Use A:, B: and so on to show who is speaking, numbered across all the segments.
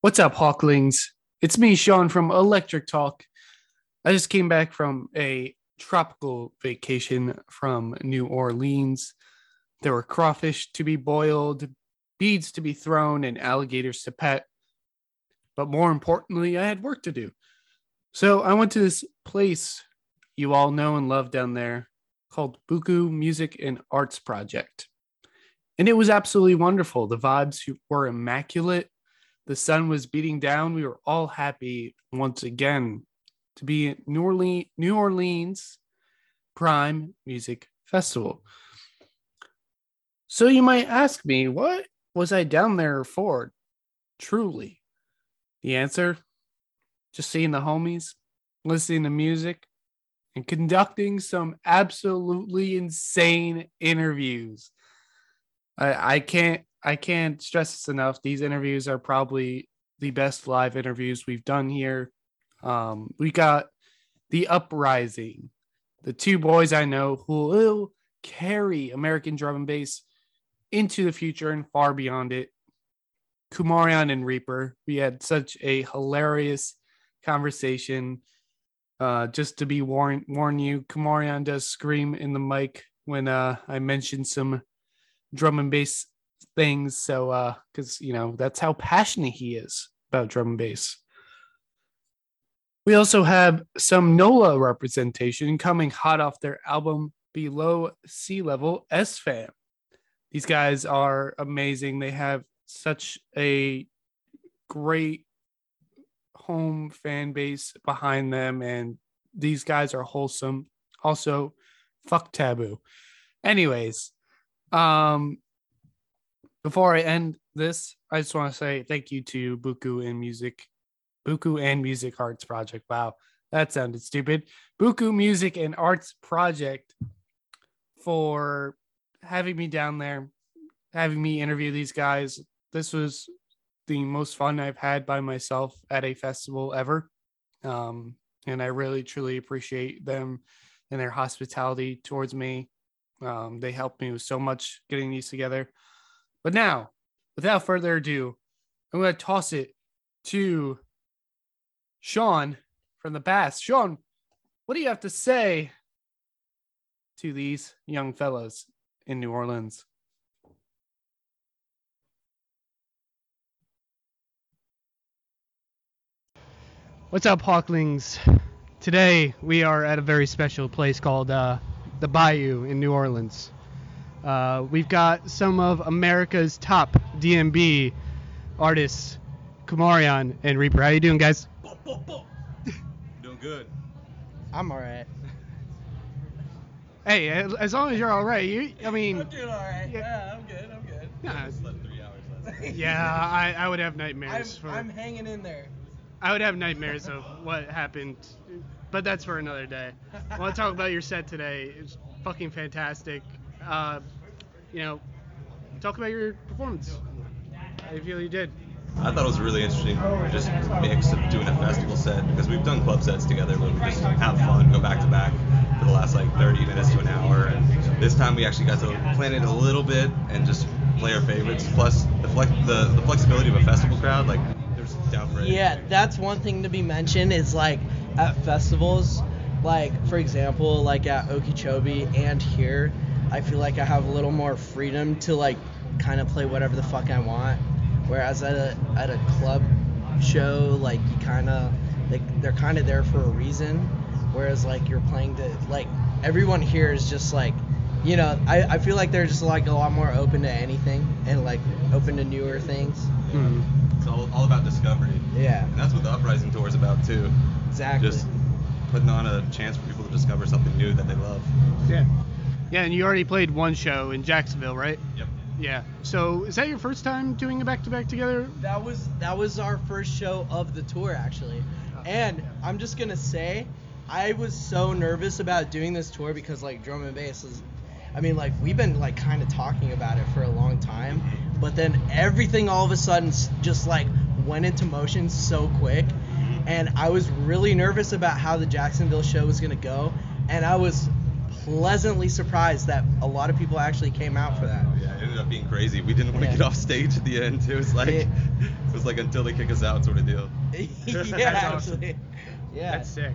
A: What's up, Hawklings? It's me, Sean from Electric Talk. I just came back from a tropical vacation from New Orleans. There were crawfish to be boiled, beads to be thrown, and alligators to pet. But more importantly, I had work to do. So I went to this place you all know and love down there called Buku Music and Arts Project. And it was absolutely wonderful. The vibes were immaculate. The sun was beating down. We were all happy once again to be at New Orleans, New Orleans Prime Music Festival. So you might ask me, what was I down there for? Truly. The answer just seeing the homies, listening to music, and conducting some absolutely insane interviews. I, I can't I can't stress this enough. These interviews are probably the best live interviews we've done here. Um, we got the uprising, the two boys I know who will carry American drum and bass into the future and far beyond it. Kumarian and Reaper. We had such a hilarious conversation. Uh, just to be warn warn you, Kamarian does scream in the mic when uh, I mention some drum and bass things. So, uh, because you know that's how passionate he is about drum and bass. We also have some NOLA representation coming hot off their album Below Sea Level S Fam. These guys are amazing. They have such a great home fan base behind them, and these guys are wholesome. Also, fuck taboo. Anyways, um, before I end this, I just want to say thank you to Buku and Music, Buku and Music Arts Project. Wow, that sounded stupid. Buku Music and Arts Project for having me down there, having me interview these guys. This was the most fun I've had by myself at a festival ever. Um, and I really truly appreciate them and their hospitality towards me. Um, they helped me with so much getting these together. But now, without further ado, I'm going to toss it to Sean from the past. Sean, what do you have to say to these young fellows in New Orleans? What's up, Hawklings? Today we are at a very special place called uh, the Bayou in New Orleans. Uh, we've got some of America's top DMB artists, Kumarian and Reaper. How you doing, guys?
B: Doing good.
C: I'm alright.
A: Hey, a- as long as you're all right, you. I mean,
D: I'm doing all right.
A: yeah.
D: Yeah. I'm good. I'm good.
A: nah,
B: I slept three hours last night.
A: yeah, I, I would have
D: I'm,
A: nightmares for.
D: I'm hanging in there.
A: I would have nightmares of what happened, but that's for another day. I want to talk about your set today. It's fucking fantastic. Uh, you know, talk about your performance. I feel you did.
B: I thought it was really interesting, just mix of doing a festival set because we've done club sets together where we just have fun, go back to back for the last like 30 minutes to an hour. And this time we actually got to plan it a little bit and just play our favorites. Plus the flex, the, the flexibility of a festival crowd, like there's down for it.
C: Yeah, that's one thing to be mentioned is like at festivals, like for example, like at Okeechobee and here, I feel like I have a little more freedom to like kind of play whatever the fuck I want. Whereas at a at a club show, like you kind of like they're kind of there for a reason. Whereas like you're playing to like everyone here is just like you know I, I feel like they're just like a lot more open to anything and like open to newer things. Hmm.
B: It's all, all about discovery.
C: Yeah,
B: And that's what the Uprising Tour is about too.
C: exactly.
B: Just putting on a chance for people to discover something new that they love.
A: Yeah. Yeah, and you already played one show in Jacksonville, right?
B: Yep.
A: Yeah. So is that your first time doing a back-to-back together?
C: That was that was our first show of the tour actually. And I'm just gonna say, I was so nervous about doing this tour because like drum and bass is I mean like we've been like kinda talking about it for a long time, but then everything all of a sudden s- just like went into motion so quick. And I was really nervous about how the Jacksonville show was gonna go, and I was pleasantly surprised that a lot of people actually came out for that.
B: Yeah, it ended up being crazy. We didn't want to
C: Yeah.
B: get off stage at the end. It was like
C: Yeah.
B: it was like until they kick us out sort of deal.
C: yeah,
B: That's
E: awesome.
C: actually. Yeah.
E: That's sick.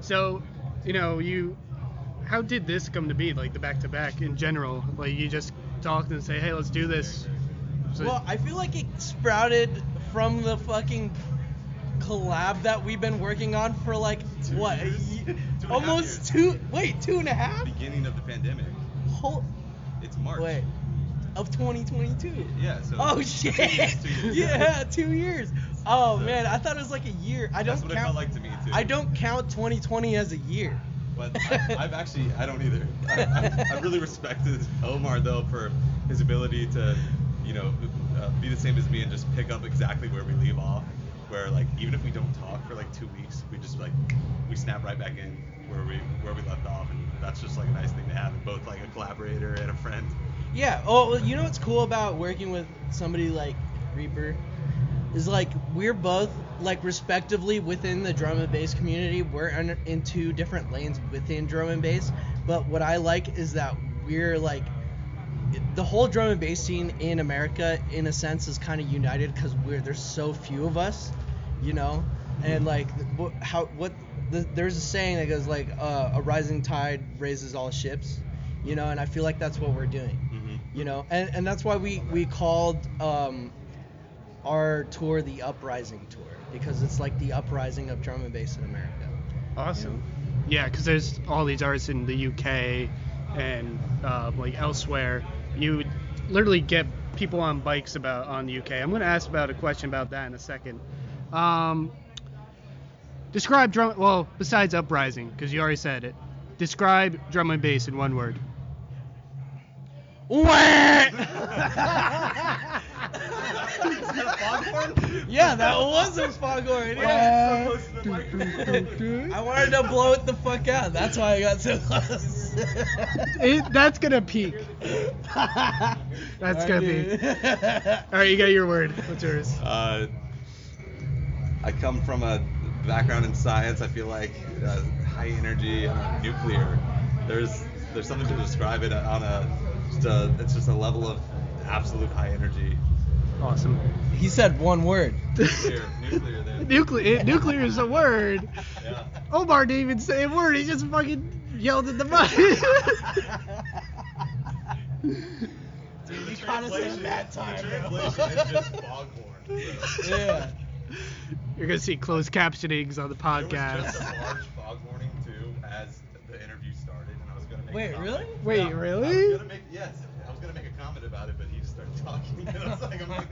E: So, you know, you how did this come to be? Like the back to back in general? Like you just talked and say, hey, let's do this. So-
C: well, I feel like it sprouted from the fucking collab that we've been working on for like
B: Two
C: what, a
B: years?
C: ye-
B: Two and a half
C: almost
B: years.
C: two. Wait, two and a half.
B: Beginning of the pandemic.
C: Whole,
B: It's March.
C: wait, of 2022.
B: Yeah. So
C: Oh
B: two
C: shit!
B: years, two years.
C: yeah, two years. Oh
B: So-
C: man, I thought it was like a year. I don't
B: That's what it
C: count.
B: felt like to me, too.
C: I don't count 2020 as a year.
B: But I, I've actually, I don't either. I, I, I really respected Omar though for his ability to, you know, uh, be the same as me and just pick up exactly where we leave off. Where like even if we don't talk for like two weeks, we just like we snap right back in where we where we left off, and that's just like a nice thing to have in both like a collaborator and a friend.
C: Yeah. Oh, well, you know what's cool about working with somebody like Reaper is like we're both like respectively within the drum and bass community. We're under, in two different lanes within drum and bass. But what I like is that we're like it- the whole drum and bass scene in America, in a sense, is kind of united because we're there's so few of us, you know, and like what, how what the, there's a saying that goes like uh, a rising tide raises all ships, you know, and I feel like that's what we're doing
B: Mm-hmm.
C: you know and, and that's why we we called um, our tour the uprising tour because it's like the uprising of drum and bass in america
E: Awesome. Yeah, because there's all these artists in the UK and uh, like elsewhere. You literally get people on bikes about on the UK. I'm gonna ask about a question about that in a second. Um, describe drum. Well, besides uprising, because you already said it. Describe drum and bass in one word.
C: yeah that was a foghorn yeah. i wanted to blow it the fuck out that's why i got so close
E: It, that's gonna peak. That's gonna be. All right, you got your word. What's yours?
B: Uh, I come from a background in science. I feel like uh, high energy, uh, nuclear. There's there's something to describe it on a just a it's just a level of absolute high energy.
E: Awesome.
C: he said one word
B: Nuclear, nuclear. There.
E: Nuclear. Nuclear is a word.
B: Yeah.
E: Omar didn't even say a word. He just fucking yelled at the mic.
B: Dude,
C: you kinda said it that time,
B: The
C: bro.
B: translation is just foghorn. So.
C: yeah
E: You're gonna see closed captionings on the
B: There was just a
E: podcast.
B: large fog warning too as the interview started, and I was gonna make. a
C: Wait,
B: comment.
C: really?
E: Wait,
B: Yeah, I
E: really?
B: was gonna make yes. I was gonna make a comment about it, but he just started talking, and I was like, I'm like.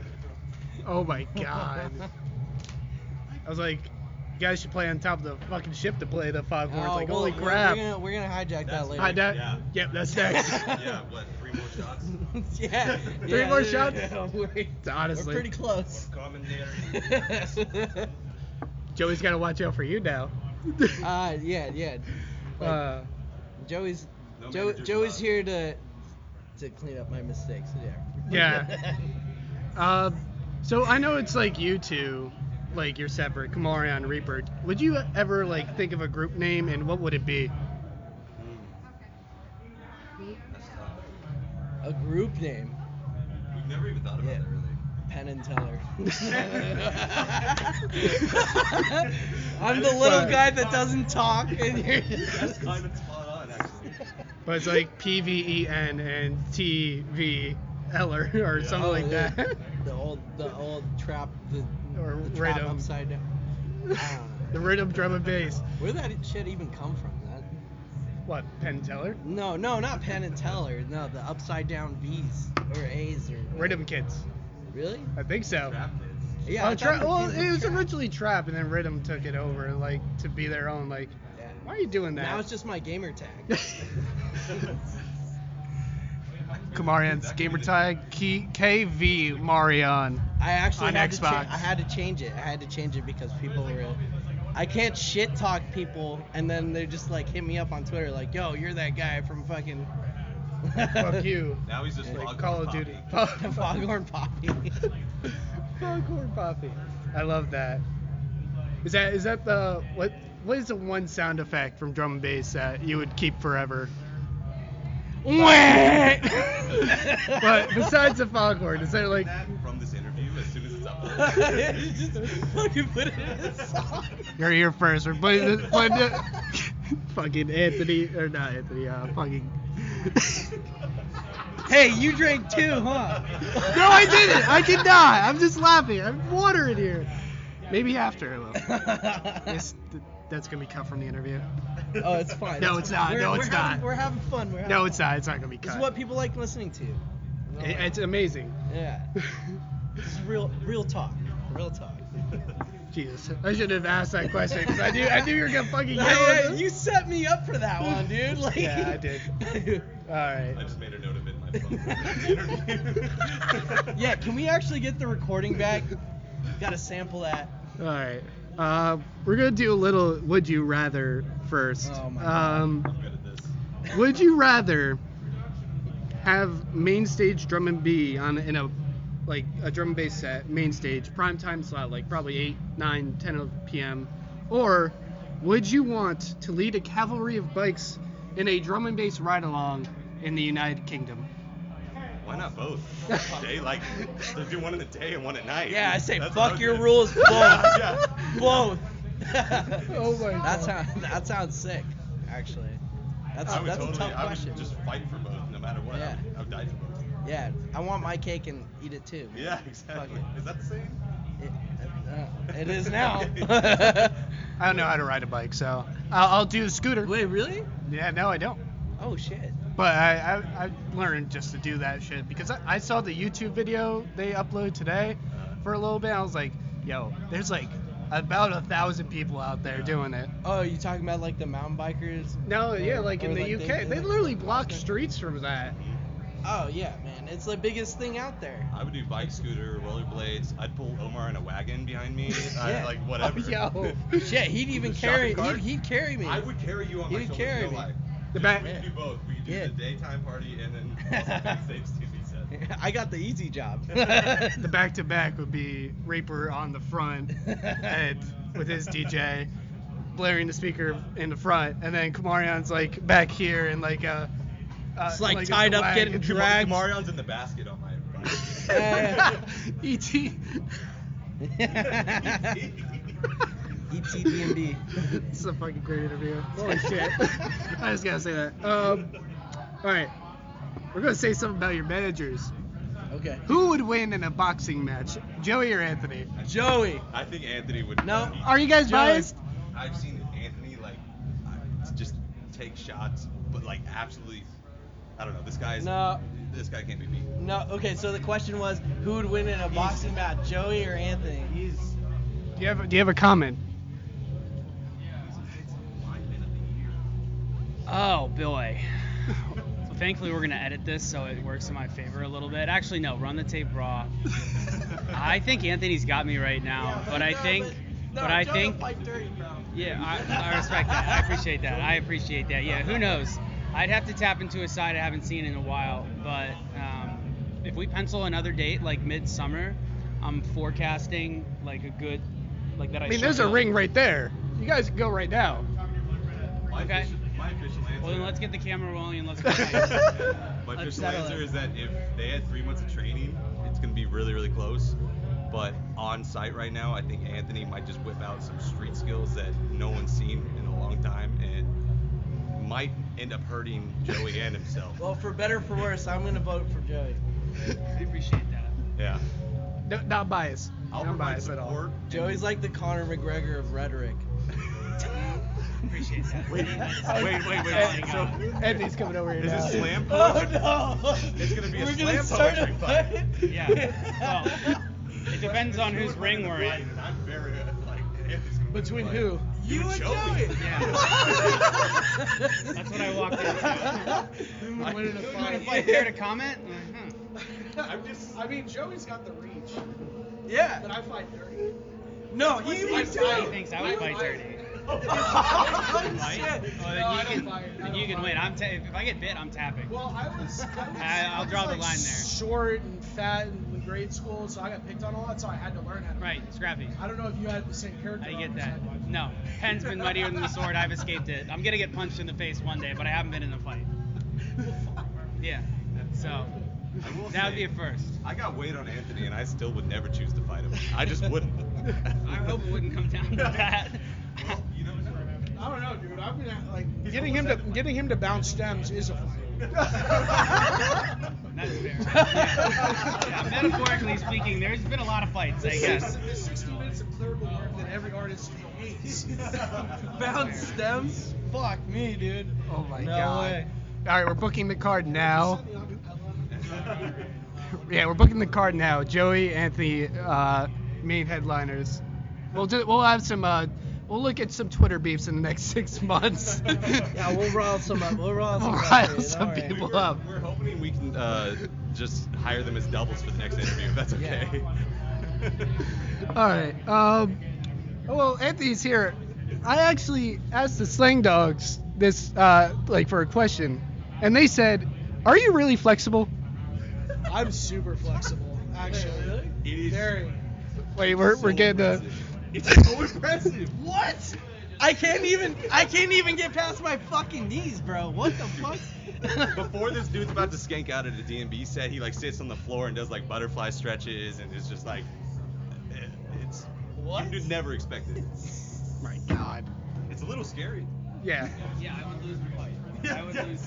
E: Oh my god. I was like, you guys should play on top of the fucking ship to play the five horns.
C: Oh,
E: like,
C: well,
E: holy
C: we're-
E: crap.
C: we're gonna, we're gonna hijack
B: That's
C: that later
E: I, that,
B: Yeah.
E: Yep, that's next.
B: yeah, what, three more shots?
C: yeah.
B: Three
C: yeah,
E: more
C: yeah,
E: shots?
C: yeah, we're,
E: honestly-
C: we're pretty close.
B: Commentator.
E: Joey's gotta watch out for you now.
C: uh, yeah, yeah. Like,
E: Uh,
C: Joey's
B: No
C: Joe,
B: manager's
C: Joey's
B: allowed.
C: here to to clean up my mistakes. Yeah.
E: Yeah. Uh, so I know it's like you two, like you're separate, Kamari and Reaper. Would you ever like think of a group name and what would it be?
B: That's tough.
C: A group name,
B: We've never even thought about
C: Yeah.
B: that really.
C: Penn and Teller. I'm the little guy that doesn't talk, and you're
B: That's kind of spot on, actually.
E: But it's like P V E N and T V L or or something
C: Oh,
E: like
C: yeah.
E: that.
C: The old, the old trap, the,
E: Or
C: the trap
E: rhythm.
C: upside down. I don't know.
E: the rhythm, drum and bass.
C: Where did that shit even come from? That
E: What Penn Teller?
C: no, no, not Penn and Teller. No, the upside down B's or A's or
E: Rhythm Kids.
C: Really?
E: I think so.
B: Trap kids.
C: Yeah. I
E: Oh,
C: thought
E: tra-
C: the
E: well,
C: B's
E: it
C: were
E: was
C: trap.
E: originally Trap, and then Rhythm took it over, like to be their own. Like,
C: Yeah.
E: why are you doing that?
C: Now it's just my gamer tag.
E: Kamarian's
B: That could be
E: gamer
B: the-
E: tag K- KV Marion.
C: I actually
E: On
C: had To
E: Xbox.
C: cha- I had to change it. I had to change it because people were. I can't shit talk people, and then they just like hit me up on Twitter like, "Yo, you're that guy from fucking."
E: Fuck you.
B: Now he's just Foghorn
E: Like Call of
B: Poppy.
E: Duty.
C: Foghorn Poppy.
E: Foghorn Poppy. I love that. Is that is that the what what is the one sound effect from drum and bass that you would keep forever? But besides the foghorn, is there like
B: that from this interview as soon as it's up.
C: just fucking put it in a song.
E: you're here first? We're putting the, putting the- fucking Anthony or not Anthony? Uh, fucking.
C: Hey, you drank too, huh?
E: No, I didn't. I did not. I'm just laughing. I'm water in here. Maybe after I will. This, th- that's gonna be cut from the interview.
C: oh, it's fine.
E: No, it's not.
C: We're-
E: No,
C: we're
E: it's
C: having-
E: not.
C: We're having fun. We're having
E: No,
C: fun.
E: it's not. It's not gonna be
C: This
E: cut.
C: is what people like listening to.
E: It- it's amazing.
C: Yeah. This is real, real talk. Real talk.
E: Jesus, I should have asked that question because I knew I knew you were gonna fucking yell.
C: Hey,
E: at me.
C: you set me up for that one, dude. Like,
E: Yeah, I did. All right.
B: I just made a note of it in my phone.
C: yeah, can we actually get the recording back? Gotta sample that.
E: All right. Uh, we're gonna do a little would you rather first.
C: Oh my God.
E: um,
B: I'm good at this.
E: would you rather have main stage drum and B on in a like a drum and bass set main stage prime time slot like probably 8 9 10 of p.m or would you want to lead a cavalry of bikes in a drum and bass ride along in the united kingdom
B: Why not both? Day like so do one in the day and one at night.
C: Yeah, I say
B: That's what
C: fuck
B: would
C: your
B: do.
C: rules, both,
B: Yeah.
C: both.
E: Oh my
C: That
E: God.
C: sounds that sounds sick, actually. That's
B: I would
C: that's
B: totally,
C: a tough
B: I would
C: question.
B: just fight for both, no matter what.
C: Yeah.
B: I, would, I would die for both.
C: Yeah, I want my cake and eat it too. man.
B: Yeah, exactly.
C: Fuck
B: Is that the same?
C: it. It, uh, it is now.
E: i don't know how to ride a bike so i'll, I'll do the scooter
C: Wait, really?
E: yeah no i don't
C: Oh shit.
E: But I, I, I learned just to do that shit because I, I saw the YouTube video they uploaded today
B: Uh,
E: for a little bit. I was like, yo, there's like about a thousand people out there doing it.
C: Oh, you talking about like the mountain bikers?
E: No, yeah,
C: Or-
E: like in
C: or,
E: the
C: like,
E: UK,
C: they-
E: they,
C: they-
E: literally block streets from that.
C: Oh yeah, man, it's the biggest thing out there.
B: I would do bike, scooter, rollerblades. I'd pull Omar in a wagon behind me.
C: Yeah.
B: I, like whatever.
E: yo.
C: Shit, he'd even
B: Shopping
C: carry. He'd,
B: cart?
C: he'd carry me.
B: I would carry you on
C: You
B: my
C: would
B: shoulders.
C: carry
B: no
C: me.
B: lie.
E: The
B: Just-
E: back-
B: We could do both. We could do
C: Yeah.
B: the daytime party and then also backstage TV set.
C: I got the easy job.
E: The back to back would be Raper on the front and with his DJ blaring the speaker in the front, and then Kamarion's like back here and like uh, uh
C: It's, like, tied up,
E: swag.
C: getting
B: Kamar-
C: Drags.
B: Marion's in the basket on my.
C: Yeah,
E: E.T.
C: E ET
E: E
C: D&D.
E: This is a fucking great interview. Holy shit. I just gotta say that. Um, all right. We're gonna say something about your managers.
C: Okay.
E: Who would win in a boxing match, Joey or Anthony?
C: Joey.
B: I think Anthony would.
C: No,
E: Are you guys
C: Joey.
E: biased?
B: I've seen Anthony like I- just take shots, but like absolutely. I don't know. This guy is.
C: No.
B: This guy can't be beat.
C: No. Okay. So the question was, who would win in a boxing match, Joey or Anthony?
B: He's.
E: Do you have Do you have a comment?
B: He's a defensive lineman of the year.
F: Oh boy. Well, thankfully we're gonna edit this so it works in my favor a little bit. Actually, no. Run the tape raw. I think Anthony's got me right now, but I think, but I think, yeah, I, I respect that. I appreciate that. I appreciate that. Yeah, who knows? I'd have to tap into a side I haven't seen in a while, but um, if we pencil another date like midsummer, I'm forecasting like a good, like that. I,
E: I mean,
F: should
E: there's a
F: go.
E: ring right there. You guys can go right now.
B: My
F: Okay.
B: official, my official answer.
F: Well, then let's get the camera rolling and let's go.
B: my
F: Let's
B: official
F: settle
B: answer
F: it.
B: is that if they had three months of training, it's gonna be really, really close. But on site right now, I think Anthony might just whip out some street skills that no one's seen in a long time, and might end up hurting Joey and himself.
C: Well, for better or for worse, I'm gonna vote for Joey.
F: I appreciate that.
B: Yeah.
E: No, not biased.
B: I'll
E: not
B: provide
E: biased at all.
B: support.
C: Joey's like the Conor McGregor of rhetoric.
F: Appreciate that.
B: Wait, wait, wait, wait. So,
E: Anthony's coming over here
B: is
E: now.
B: this slam
C: Oh
B: poetry?
C: no!
B: It's gonna be a
C: We're
B: slam
C: gonna start
B: poetry
C: a
B: fight.
C: fight.
F: Yeah. Well, it depends on whose ring we're in.
B: And I'm very, uh, like, Anthony's gonna be
E: Between
B: like,
E: who?
C: You and Joey.
F: Yeah. That's what I walked into.
C: Who
B: I
C: would win in a
B: could
F: You want to
C: fight?
F: fight fair to comment? Like, hmm. huh.
B: I'm just.
G: I mean, Joey's got the reach,
C: Yeah.
G: but I fight dirty.
C: No, he
F: My
C: would
F: side
C: too.
F: thinks I would fight dirty.
C: Oh, shit.
F: Oh,
G: No, I don't
F: then you
G: fight. I
F: can, then
G: don't
F: you can
G: fight.
F: win. I'm ta- if I get bit, I'm tapping.
G: Well, I was. I was
F: I- I'll
G: I was,
F: draw the
G: like,
F: line there.
G: Short and fat in grade school, so I got picked on a lot, so I had to learn how to.
F: Right, Scrappy.
G: I don't know if you had the same character.
F: I get
G: arc as
F: that.
G: I did.
F: No, pen's been mightier than the sword. I've escaped it. I'm gonna get punched in the face one day, but I haven't been in a fight. Yeah. So
B: I will
F: that would
B: say,
F: be a first.
B: I got weight on Anthony, and I still would never choose to fight him. I just wouldn't.
F: I hope it wouldn't come down to that.
B: well, you never know.
G: I don't know, dude. I'm gonna like
B: He's
G: getting him to getting him to bounce stems is a fight.
F: That's fair. Yeah. Yeah, Metaphorically speaking, there's been a lot of fights, I guess.
G: The 60 minutes of clear work that every artist hates.
C: Bound stems? Fuck me, dude.
E: Oh my
C: no
E: God.
C: way.
E: All right, we're booking the card now. Yeah, we're booking the card now. Joey, Anthony, uh, main headliners. We'll do. We'll have some. Uh, we'll look at some Twitter beefs in the next six months.
C: Yeah, we'll rile some up. We'll rile some
E: We'll
C: up,
E: rile
C: dude.
E: some
C: All right.
E: people
B: we're,
E: up.
B: we're hoping we can uh, just hire them as doubles for the next interview, if that's
C: Yeah.
B: okay.
E: All right. Um, well, Anthony's here. I actually asked the Slang Dogs this, uh, like, for a question, and they said, "Are you really flexible?"
G: I'm super flexible, actually.
C: Really?
B: It is
G: Very.
E: Wait, we're,
B: so
E: we're getting the.
B: impressive. It's so impressive.
C: What? I can't even I can't even get past my fucking knees, bro. What the fuck?
B: Before this dude's about to skank out at a DMB set, he like sits on the floor and does like butterfly stretches and is just like, it- it's
C: What?
B: you'd never expect it.
E: My God.
B: It's a little scary.
E: Yeah.
F: Yeah, I would lose the fight. I would lose.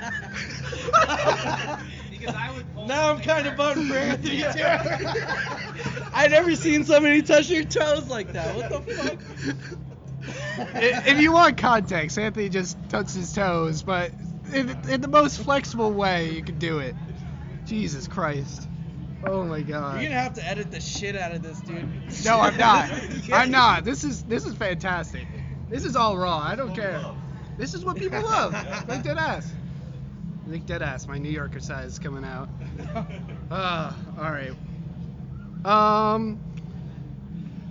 F: Because I would pull
C: now I'm
F: something
C: kind
F: hurt.
C: of bummed for Anthony too.
B: Yeah.
C: I never seen somebody touch your toes like that. What the fuck?
E: I- if you want context, Anthony just touched his toes, but in, in the most flexible way you can do it. Jesus Christ. Oh my
C: You're gonna
E: God.
C: have to edit the shit out of this, dude.
E: No, I'm not. I'm not. This is this is fantastic. This is all raw. I don't care. This is what people love. Like dead ass. Like dead ass. My New Yorker side is coming out. Uh, all right. Um,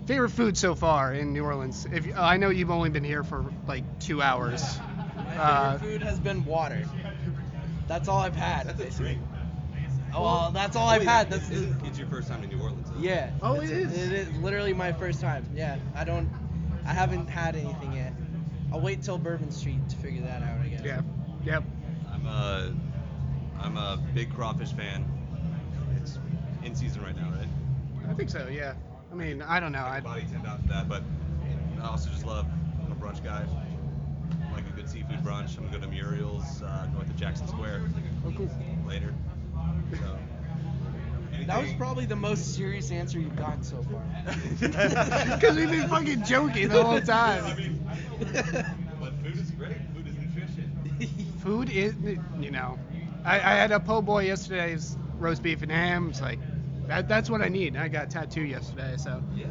E: favorite food so far in New Orleans? If you- I know you've only been here for like two hours.
C: My favorite
E: Uh,
C: food has been water. That's all I've had.
B: That's a
C: basically.
B: drink.
C: Oh, well, that's all I've
B: Wait,
C: had.
B: it's-
C: That's the,
B: it's, it's your first time in New Orleans. huh?
C: yeah.
E: Oh,
C: It's-
E: it is.
C: It is literally my first time. Yeah, I don't, I haven't had anything yet. I'll wait till Bourbon Street to figure that out. I guess.
E: Yeah. Yep.
B: I'm a, I'm a big crawfish fan. It's in season right now, right?
E: I think so. Yeah. I mean, I don't know.
B: My
E: I,
B: body tend out to that, but I also just love I'm a brunch guy. I like a good seafood brunch. I'm gonna go to Muriel's uh, north of Jackson Square
C: Oh,
B: later. So,
C: That was probably the most serious answer you've gotten so far.
E: because we've been fucking joking the whole
B: I
E: time.
B: mean, but food is great. Food is nutrition.
E: Food is, you know, I, I had a po' boy yesterday. It's roast beef and ham. It's like, that, that's what I need. I got tattoo yesterday, so
B: Yeah.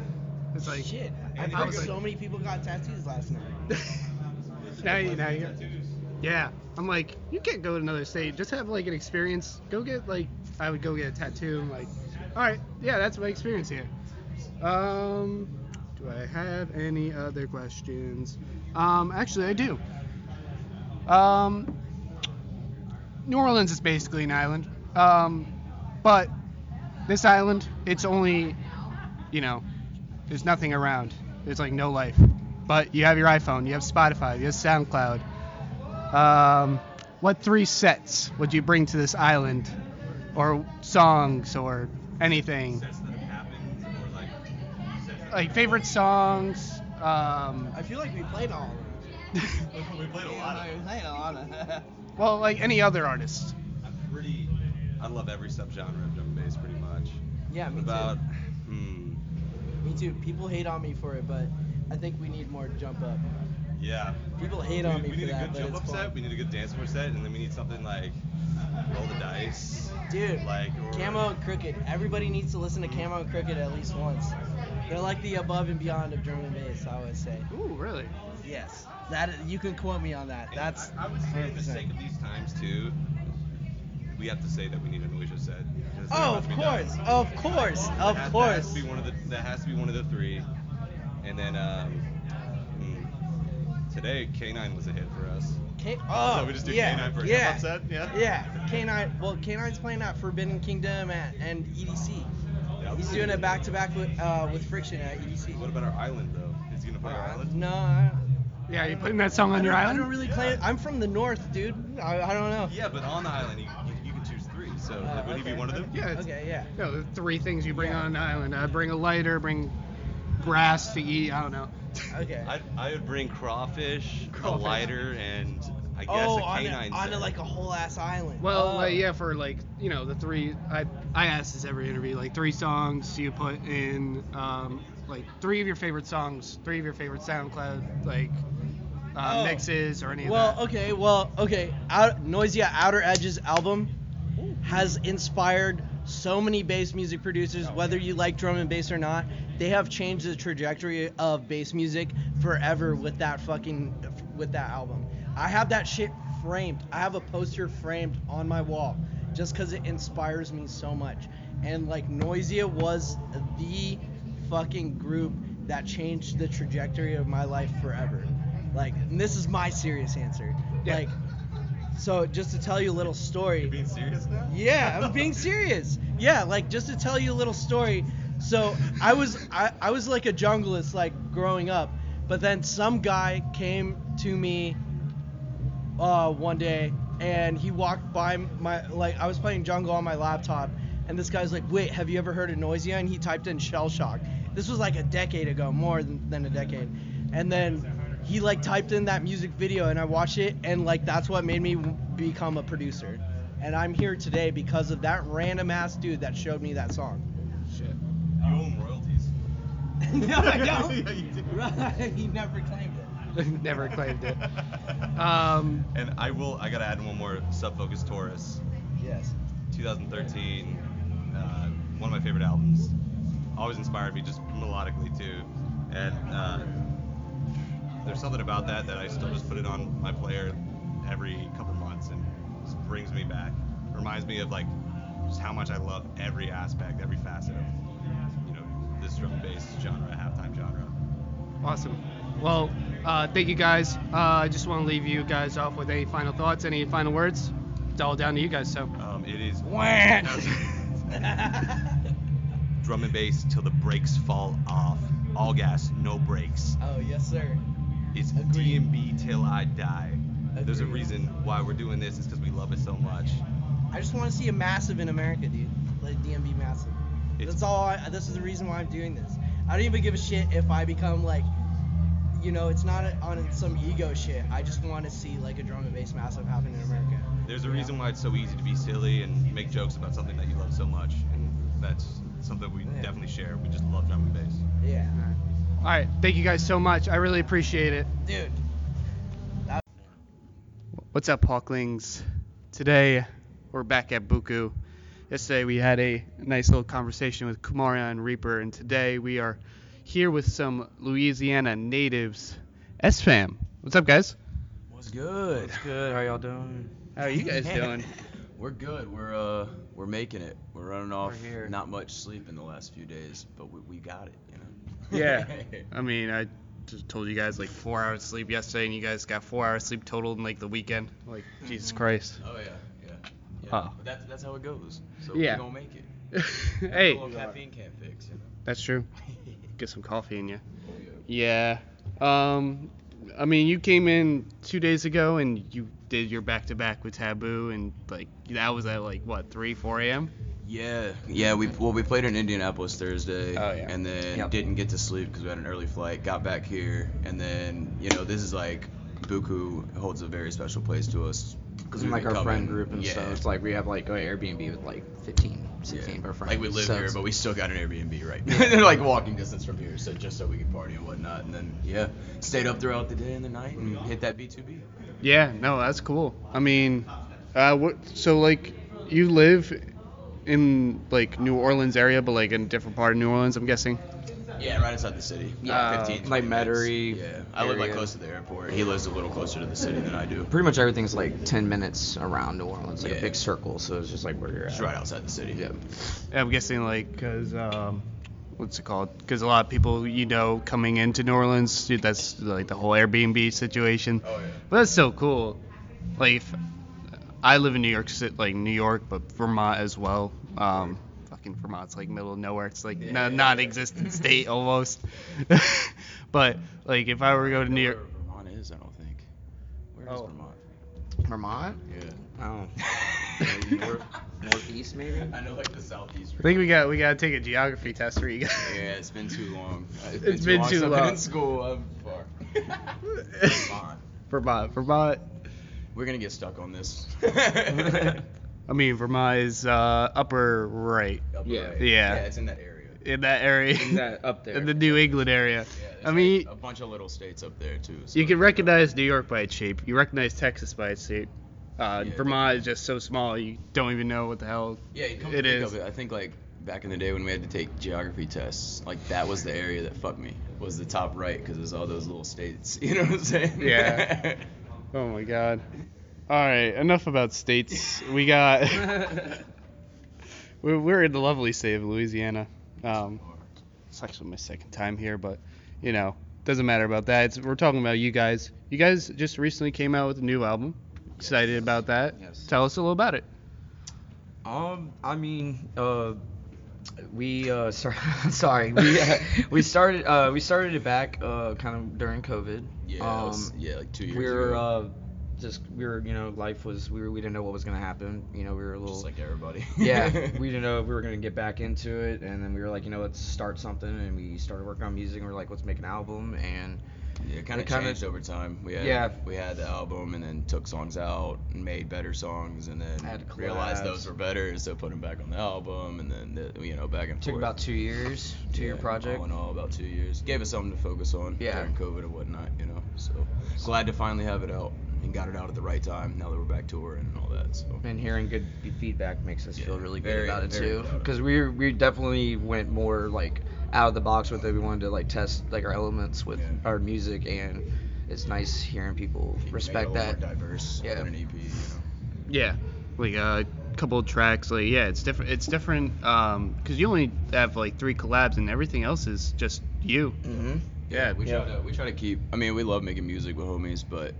E: it's like,
C: Shit,
B: And
C: I've
B: it
C: heard
B: was like-
C: so many people got tattoos last night.
E: Now you- now you-
B: Tattoos.
E: Yeah. I'm like, you can't go to another state. Just have like an experience. Go get like I would go get a tattoo. I'm like, all right, yeah, that's my experience here. Um, do I have any other questions? Um, actually, I do. Um, New Orleans is basically an island. Um, but this island, it's only, you know, there's nothing around. There's like no life. But you have your iPhone, you have Spotify, you have SoundCloud. Um, what three sets would you bring to this island, or songs, or anything?
B: Sets that have happened, or like sets that-
E: Like favorite songs. Um,
C: I feel like we played all of them.
B: we played a lot of.
C: We played a lot of them.
E: well, like any other artist.
B: I'm pretty. I love every subgenre of drum and bass pretty much.
C: Yeah, me
B: What about?
C: too.
B: Hmm.
C: Me too. People hate on me for it, but I think we need more jump up.
B: Yeah.
C: People hate
B: we,
C: on me
B: we
C: for
B: need
C: that,
B: a good
C: but
B: jump
C: it's
B: up
C: fun.
B: set. We need a good dance floor set, and then we need something like roll the dice.
C: Dude,
B: like or, Mm-hmm.
C: Camo and Crooked. Everybody needs to listen to Camo and Crooked at least once. They're like the above and beyond of drum and bass, I would say.
E: Ooh, really?
C: Yes, that is- you can quote me on that.
B: And
C: That's
B: I, I would say, for the
C: 100%.
B: sake of these times too, we have to say that we need a Noisia set. 'cause they're about
C: Oh,
B: to
C: of
B: be
C: course,
B: done.
C: of course,
B: That has-
C: of
B: That has
C: course.
B: to be one of the. That has to be one of the three. And then um, hmm, today K9 was a hit for us.
C: K- oh,
B: so we just do
C: yeah,
B: K9 for a jump
C: yeah,
B: up set. Yeah.
C: yeah. K9. Well, K9's playing at Forbidden Kingdom at, and EDC.
B: Yeah.
C: He's doing it back to back with uh, with Friction at EDC.
B: What about our island though? Is he gonna play our
C: Uh,
B: island?
C: no, I,
E: Yeah, you putting that song
C: I
E: on your
C: don't-
E: island?
C: I don't really play it. I'm from the north, dude. I, I don't know.
B: Yeah, but on the island, you, you, you can choose three. So
C: Uh,
B: like, wouldn't it
C: okay.
B: be one of them?
E: Yeah. It's,
C: Okay, yeah.
E: No, the three things you bring
C: Yeah.
E: on an island. Uh, bring a lighter, bring grass to eat. I don't know.
C: Okay.
B: I, I would bring crawfish, a
E: Crawfish.
B: lighter, and I guess
C: oh,
B: a
C: on, a,
B: canine.
C: on a,
B: set.
C: like a whole ass island.
E: Well,
C: oh.
E: like, yeah, for like you know the three. I I ask this every interview. Like three songs you put in, um, like three of your favorite songs, three of your favorite SoundCloud like uh,
C: Oh.
E: mixes or any of
C: Well,
E: that.
C: okay, well, okay. Out, Noisia Outer Edges album has inspired so many bass music producers, whether you like drum and bass or not. They have changed the trajectory of bass music forever with that fucking with that album. I have that shit framed. I have a poster framed on my wall just because it inspires me so much. And like Noisia was the fucking group that changed the trajectory of my life forever. Like, and this is my serious answer.
E: Yeah.
C: Like, so just to tell you a little story.
B: Being serious now?
C: Yeah, I'm being serious. Yeah, like just to tell you a little story. So I was I, I was like a junglist like growing up, but then some guy came to me uh, one day and he walked by my like I was playing jungle on my laptop and this guy's like, wait, have you ever heard of Noisia? And he typed in shell shock. This was like a decade ago, more than, than a decade. And then he like typed in that music video and I watched it and like that's what made me w- become a producer. And I'm here today because of that random ass dude that showed me that song.
E: Shit.
B: You owe 'em royalties.
C: no, I don't.
B: Yeah, you do.
C: he never claimed it.
E: Never claimed it. Um,
B: And I will. I gotta add one more. Sub Focus Taurus,
C: Yes.
B: 2013. Uh, one of my favorite albums. Always inspired me, just melodically too. And uh, there's something about that that I still just put it on my player every couple months and just brings me back. Reminds me of like just how much I love every aspect, every facet of you know this drum and bass genre, halftime genre.
E: Awesome. Well, uh, thank you guys. Uh, I just want to leave you guys off with any final thoughts, any final words. It's all down to you guys. So,
B: Um, it is drum and bass till the brakes fall off. All gas, no brakes.
C: oh yes, sir.
B: It's
C: Agreed.
B: DMB till I die. There's a
C: Agreed.
B: reason why we're doing this. It's because we love it so much.
C: I just want to see a massive in America, dude. Like DMB massive.
B: It's-
C: That's all. I, this is the reason why I'm doing this. I don't even give a shit if I become like, you know, it's not on some ego shit. I just want to see like a drum and bass massive happen in America.
B: There's a
C: Yeah.
B: reason why it's so easy to be silly and make jokes about something that you love so much. And that's something we
C: Yeah.
B: definitely share. We just love drum and bass.
C: Yeah,
E: all right. Thank you guys so much. I really appreciate it.
C: dude.
E: What's up, Hawklings? Today, we're back at Buku. Yesterday, we had a nice little conversation with Kumaria and Reaper, and today we are here with some Louisiana natives. S-Fam. What's up, guys?
H: What's good? What's good? How y'all doing?
E: How are you guys doing?
H: We're good. We're uh we're making it. We're running off
F: here.
H: not much sleep in the last few days, but we, we got it, you know.
E: Yeah. I mean, I just told you guys like four hours sleep yesterday, and you guys got four hours sleep total in like the weekend. Like, Jesus Christ.
H: oh yeah, yeah. yeah.
E: Huh.
H: But that's that's how it goes. So
E: Yeah.
H: we're gonna make it.
E: hey,
H: Well, caffeine can't fix, you know.
E: that's true. Get some coffee in you. Yeah. Um, I mean, you came in two days ago and you did your back to back with Taboo, and like that was at like what three, four a.m.
H: Yeah, yeah. We well we played in Indianapolis Thursday,
E: Oh, yeah.
H: and then
E: Yep.
H: didn't get to sleep because we had an early flight. Got back here, and then you know this is like Buku holds a very special place to us
I: because
H: we've
I: like
H: been
I: our
H: coming-
I: friend group and
H: yeah.
I: stuff. It's like we have like an Airbnb with like 15, 16 of our friends.
H: Like we live
I: so
H: here,
I: it's-
H: but we still got an Airbnb right. They're like walking distance from here, so just so we could party and whatnot. And then yeah, stayed up throughout the day and the night and hit that B2B.
E: Yeah. No, that's cool. I mean, uh, what? So like, you live in like New Orleans area, but like in a different part of New Orleans, I'm guessing.
H: Yeah, right outside the city.
I: Yeah.
H: 15,
I: Like
H: 20 minutes.
I: Metairie
H: Yeah, I live like
I: area.
H: close to the airport. He lives a little closer to the city than I do.
I: pretty much everything's like 10 minutes around New Orleans, like
H: Yeah.
I: a big circle. So it's just like where you're
H: It's
I: at.
H: right outside the city.
I: Yeah.
E: I'm guessing like because um, what's it called? Because a lot of people you know coming into New Orleans, dude, that's like the whole Airbnb situation.
H: Oh, yeah.
E: But that's so cool. Like if I live in New York City, like New York, but Vermont as well. Um, fucking Vermont's like middle of nowhere. It's like
H: Yeah,
E: no-
H: yeah, yeah.
E: non-existent state almost. but like if I were to go to New York,
H: Vermont is, I don't think. Where is
I: Oh.
H: Vermont?
I: Vermont?
H: Yeah.
B: Oh.
I: Maybe north, northeast, maybe?
H: I know like the southeast.
E: I think we got we gotta take a geography test for you guys.
H: Yeah, it's been too long. Uh, It's
E: It's been too
H: since I've
E: long.
H: been in school. I'm far. Vermont.
E: Vermont, Vermont.
H: We're gonna get stuck on this.
E: I mean, Vermont is uh, upper right
H: Up
I: Yeah.
H: right.
E: Yeah.
H: Yeah, it's in that area.
E: in that area,
I: Is that up there?
E: in the New England area.
H: Yeah, there's
E: I mean,
H: like a bunch of little states up there too. So
E: you can recognize New York by its shape. You recognize Texas by its shape. Uh,
H: Yeah.
E: Vermont is just so small, you don't even know what the hell.
H: Yeah, you come
E: It
H: it
E: is.
H: is. Of it, I think like back in the day when we had to take geography tests, like that was the area that fucked me. Was the top right because it was all those little states. You know what I'm saying?
E: Yeah. Oh my god. All right, enough about states. We got we're, we're in the lovely state of Louisiana. Um, it's actually my second time here, but you know, doesn't matter about that. It's, we're talking about you guys. You guys just recently came out with a new album. Excited about that.
I: Yes.
E: Tell us a little about it.
I: Um, I mean, uh, we uh, sorry, sorry, we uh, we started uh, we started it back uh, kind of during COVID.
H: yeah. that was- yeah, like two years
I: we Um, were
H: ago.
I: uh, just we were you know life was we were we didn't know what was gonna happen. You know we were a little
H: just like everybody.
I: yeah we didn't know if we were gonna get back into it, and then we were like you know let's start something, and we started working on music. and we are like let's make an album, and
H: Yeah, it kind
I: It
H: of
I: kinda-
H: changed over time. We had
I: Yeah.
H: we had the album and then took songs out and made better songs and then
I: Had collabs.
H: realized those were better, so put them back on the album and then the, you know back and
I: took
H: forth.
I: about two years, two year
H: Yeah,
I: project.
H: All in all, about two years. Gave us something to focus on
I: Yeah.
H: during COVID and whatnot, you know. So glad to finally have it out and got it out at the right time. Now that we're back touring and all that, so
I: and hearing good f- feedback makes us
H: Yeah,
I: feel really good
H: very-
I: about it
H: very
I: too
H: proud of it.
I: because we we definitely went more like out of the box with it we wanted to like test like our elements with
H: Yeah.
I: our music and it's nice hearing people
H: You can make it
I: respect
H: a
I: that
H: little More diverse
I: Yeah.
H: than an EP, you know.
E: Yeah, like a couple of tracks. Like yeah, it's different. It's different. Um, cause you only have like three collabs, and everything else is just you.
I: mm-hmm.
E: Yeah,
H: we
I: yeah.
H: try to we try to keep. I mean, we love making music with homies, but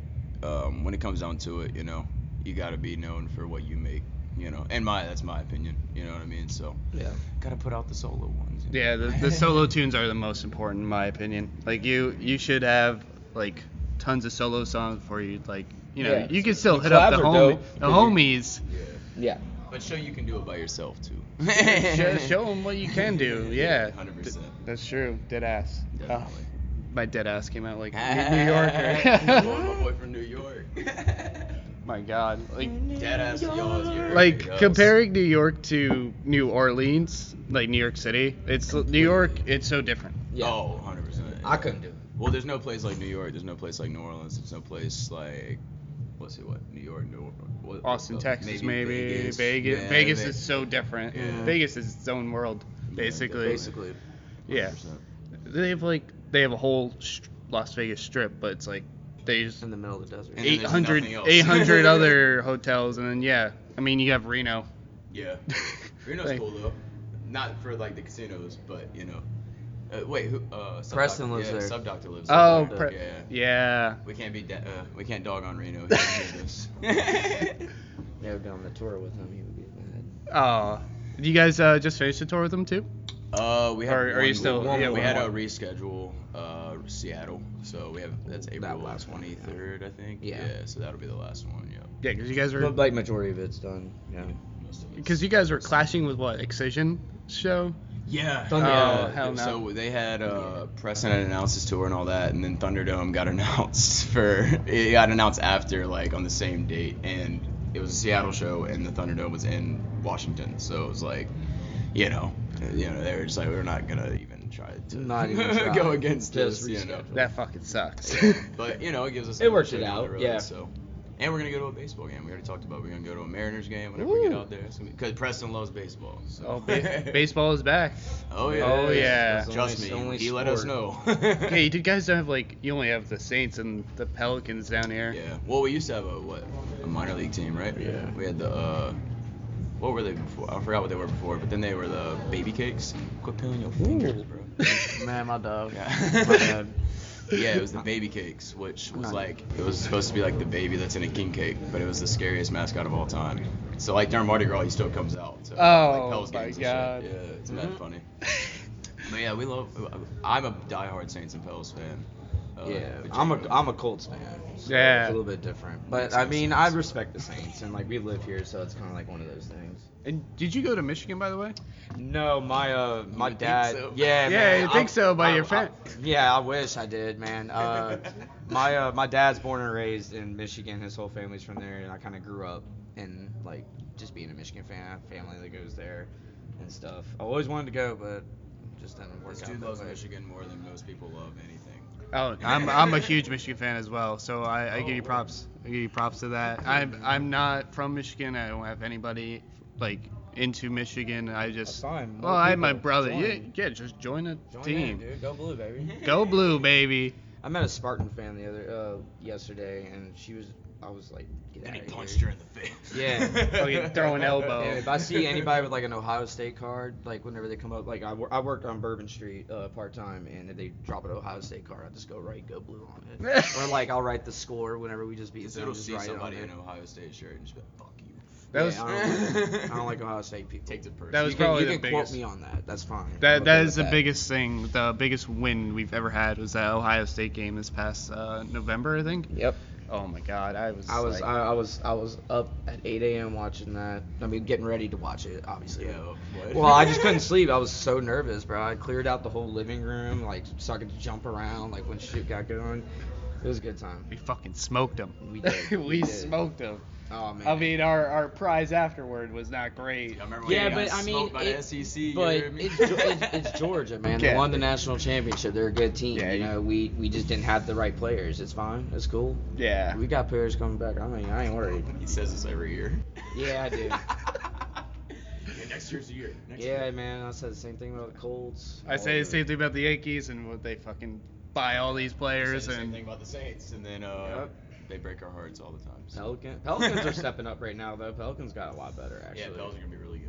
H: um, when it comes down to it, you know, you gotta be known for what you make. You know, and my that's my opinion. You know what I mean? So
I: yeah
H: gotta put out the solo ones. you know?
E: Yeah, the, the solo tunes are the most important in my opinion. Like you, you should have like tons of solo songs for you. Like you know,
I: Yeah,
E: you can still
I: the
E: hit up
I: collabs
E: the
I: are
E: homie,
I: dope,
E: the
I: 'cause
E: homies.
H: Yeah.
I: yeah
H: But show you can do it by yourself too.
E: show, show them what you can do. Yeah,
H: Hundred percent.
E: that's true. Dead ass. Oh,
H: Definitely.
E: my dead ass came out like New New Yorker.
H: my boy from New York.
E: my God, like
H: Dead ass y'all. you're-
E: like
H: y'all's-
E: comparing New York to New Orleans, like New York City. It's New York. It's so different.
I: yeah
H: Oh, 100 percent.
I: i couldn't do it
H: Well, there's no place like New York. There's no place like New Orleans. There's no place like let's see what New York, New what,
E: Austin,
H: what-
E: Texas, maybe, Vegas. Vegas,
H: Yeah, Ve-
E: is so different.
H: Yeah.
E: Vegas is its own world,
H: yeah,
E: basically.
H: Basically.
E: Yeah.
H: 100%.
E: They have like they have a whole sh- Las Vegas strip, but it's like they just
I: in the middle of the desert
H: And then there's
E: 800,
H: nothing else.
E: 800 other hotels, and then yeah, I mean you have Reno.
H: Yeah. Reno's
E: Like-
H: cool though. Not for like the casinos, but you know. Uh, wait, who? Uh, Sub
I: Preston
H: Doc-
I: lives
H: yeah,
I: there.
H: Sub Doctor lives
E: Oh,
H: there.
E: pre-
H: yeah.
E: yeah.
H: We can't be da- uh, we can't dog on Reno. He doesn't hear this.
I: yeah i've gone on the tour with him he would be mad
E: Oh, Did you guys uh, just finish the tour with them too?
H: Uh, we have.
E: Or- are
H: one
E: you still-
H: more.
E: yeah,
H: we
E: one
H: had
E: more.
H: a reschedule. Uh, Seattle. So we have that's
I: That
H: April
I: last one,
H: twenty
I: yeah.
H: third, I think.
I: Yeah.
H: So that'll be the last one. Yeah.
E: Yeah, because you guys were
I: but like majority of it's done yeah
H: Most of it's-
E: because you guys were clashing with what Excision show.
H: Yeah.
I: Thunder-
H: uh,
E: Oh, hell no.
H: So they had uh, Preston had announced his tour and all that, and then Thunderdome got announced for it got announced after like on the same date, and it was a Seattle show, and the Thunderdome was in Washington, so it was like, you know, you know, they were just like, we're not gonna even try to
I: Not even try.
H: go against
I: Just
H: this, you know.
I: reschedule.
E: That fucking sucks.
H: But you know, it gives us.
I: It
H: another
I: worked
H: show
I: it
H: down the
I: out,
H: road,
I: yeah.
H: So, and we're gonna go to a baseball game. We already talked about we're gonna go to a Mariners game whenever we get
E: Ooh.
H: out there, because Preston loves baseball. So.
E: oh, ba- baseball is back.
H: oh yeah.
E: Oh, yeah.
H: Trust me,
I: Only
H: he let us
I: sport.
H: know.
E: Yeah, you do guys don't have like you only have the Saints and the Pelicans down here.
H: Yeah. Well, we used to have a what? A minor league team, right?
I: Yeah.
H: We had the uh, what were they before? I forgot what they were before, but then they were the baby cakes. Quit peeling your fingers, bro.
I: man my dog
H: Yeah.
I: my bad.
H: yeah, it was the baby cakes, which was
I: Nice.
H: like it was supposed to be like the baby that's in a king cake, but it was the scariest mascot of all time. So like during Mardi Gras, he still comes out. So,
E: Oh,
H: like, Pels
E: my
H: games and shit.
E: God.
H: Yeah, it's mad funny. But yeah, we love. I'm a diehard Saints and Pels fan.
I: yeah, I'm a I'm a Colts fan. so
F: Yeah.
I: it's a little bit different. But
H: Makes
I: I
H: no
I: mean,
H: sense.
I: I respect the Saints, and like we live here, so it's kind of like one of those things.
E: And did you go to Michigan, by the way?
I: No, my uh, my
H: think
I: dad.
H: so?
I: Yeah,
E: Yeah,
I: man,
E: you
I: I-
E: think so by
I: I-
E: your
I: I-
E: fa-
I: yeah, I wish I did, man. Uh, my uh, my dad's born and raised in Michigan. His whole family's from there, and I kind of grew up in like just being a Michigan fan. I have family that goes there and stuff. I always wanted to go, but just didn't work
H: This
I: out.
H: dude
I: that
H: loves
I: way.
H: Michigan more than most people love anything.
E: Oh, I'm I'm a huge Michigan fan as well, so I, I give you props. I give you props to that. I'm I'm not from Michigan. I don't have anybody like into Michigan. I just
I: That's fine.
E: well,
I: More
E: I had my
I: people.
E: brother.
I: Join.
E: Yeah, yeah, just join a
I: Join in,
E: team.
I: dude. Go blue, baby.
E: Go blue, baby.
I: Mm-hmm. I met a Spartan fan the other uh, yesterday, and she was. I was like, get
H: Then
I: out
H: he
I: of
H: punched
I: here.
H: her in the face.
I: Yeah.
E: Oh, you throwing elbow.
I: Yeah, if I see anybody with like an Ohio State card, like whenever they come up, like I, wor- I worked on Bourbon Street uh, part time, and if they drop an Ohio State card, I just go right, go blue on it, or like I'll write the score whenever we just beat
H: Because
I: them.
H: it'll
I: just
H: see
I: write it on
H: somebody
I: there.
H: in an Ohio State shirt and just be like, fuck you.
E: That was
I: yeah, I, don't like, I don't like Ohio State people.
H: Takes it personally.
E: That was
I: you can,
E: probably
I: you
E: the
I: can
E: biggest-
I: quote me on that. That's fine. I'm
E: that
I: okay
E: that
I: with
E: is the biggest thing. The biggest win we've ever had was that Ohio State game this past uh, November, I think.
I: Yep.
E: Oh my God, I was.
I: I was
E: like-
I: I, I was I was up at 8 a.m. watching that. I mean, getting ready to watch it, obviously.
H: Yo, what?
I: Well, I just couldn't sleep. I was so nervous, bro. I cleared out the whole living room, like so I could jump around, like when shit got going. It was a good time.
E: we fucking smoked them.
I: We did.
E: we
I: we did.
E: smoked them.
I: Oh man.
E: I mean, our our prize afterward was not great.
H: I remember when
I: Yeah,
H: you got
I: but, I mean,
H: smoked by
I: it-
H: the SEC. you
I: but
H: hear me?
I: it's, Ge- it's, it's Georgia, man. They
E: Okay.
I: won the national championship. They're a good team.
E: Yeah,
I: you
E: you-
I: know, we we just didn't have the right players. It's fine. It's cool.
E: Yeah.
I: We got players coming back. I mean, I ain't worried.
H: He says this every year.
I: Yeah, I do.
H: Yeah, next year's the year. Next
I: Yeah,
H: year.
I: man. I said the same thing about the Colts.
E: I say the same thing about the Yankees and what they fucking buy all these
H: Say
E: players
H: the same
E: and
H: thing about the Saints, and then uh, they break our hearts all the time. so-
I: Pelican, Pelicans are stepping up right now, though. Pelicans got a lot better, actually.
H: Yeah, Pelicans are gonna be really good.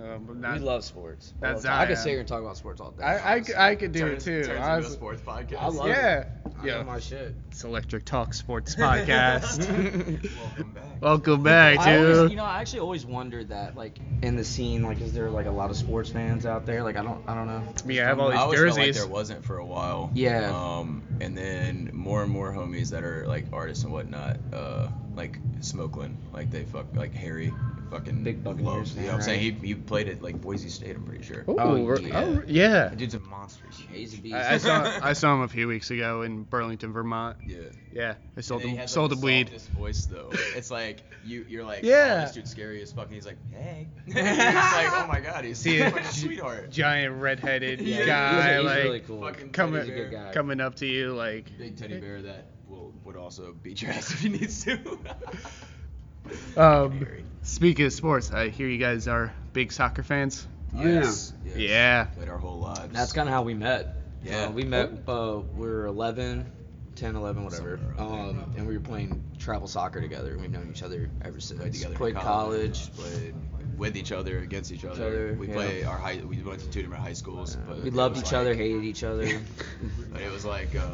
E: uh, but not,
I: we love sports. I
E: That's
I: love- I could
E: Zion.
I: sit here and talk about sports all day.
E: I, I, c- I could do
H: turns,
E: it too.
H: Turns into a
E: honestly.
H: sports podcast.
I: I love it.
E: yeah.
I: I know
E: Yeah.
I: my shit.
E: It's Electric Talk Sports Podcast.
H: Welcome back.
E: Welcome back,
I: I always, you
E: dude.
I: know, I actually always wondered that, like, in the scene, like, is there like a lot of sports fans out there? Like, I don't, I don't know.
E: Yeah, I have all
H: I
E: these
H: always felt like
E: jerseys.
H: there wasn't for a while.
I: Yeah.
H: Um, and then more and more homies that are like artists and whatnot, uh, like Smokeland, like they fuck, like Harry, fucking
I: Big Buccaneers
H: loves. You know
I: fan,
H: what I'm saying?
I: right?
H: He, he played at like Boise State, I'm pretty sure.
E: Ooh,
I: Oh,
E: we're-
I: yeah.
E: oh, yeah.
H: That dude's a monster. He's huge.
I: He's a beast.
E: I, I saw I saw him a few weeks ago in Burlington, Vermont.
H: Yeah.
E: Yeah, I
H: And
E: sold
H: then he
E: him
H: has,
E: sold
H: like,
E: him weed.
H: This voice though, it's like you you're like
E: Yeah.
H: oh, this dude's scary as fuck, and he's like hey, he's like oh my god, he's
E: See,
H: like a
E: it's-
H: sweetheart.
E: Giant redheaded
H: Yeah, he's a-
E: guy,
I: he's
E: like
I: really cool.
H: Fucking
E: coming-
H: teddy bear.
I: He's a good guy.
E: coming up to you, like
H: Big teddy bear that will would also beat your ass if he needs to.
E: Um, speaking of sports, I hear you guys are big soccer fans.
H: Yes. yes.
E: Yeah.
H: Played our whole lives.
I: That's kind of how we met.
H: Yeah.
I: Uh, we met, uh, we were 11, 10, 11, whatever.
H: Somewhere around
I: Um, and we were playing travel soccer together. and We've known each other ever since.
H: played together. in
I: Played college.
H: Played with each other, against each other.
I: other,
H: we
I: yeah.
H: play our high. We went to two different high schools.
I: Uh,
H: but
I: we
H: it
I: loved
H: was
I: each
H: like-
I: other, hated each other.
H: But it was like. Uh,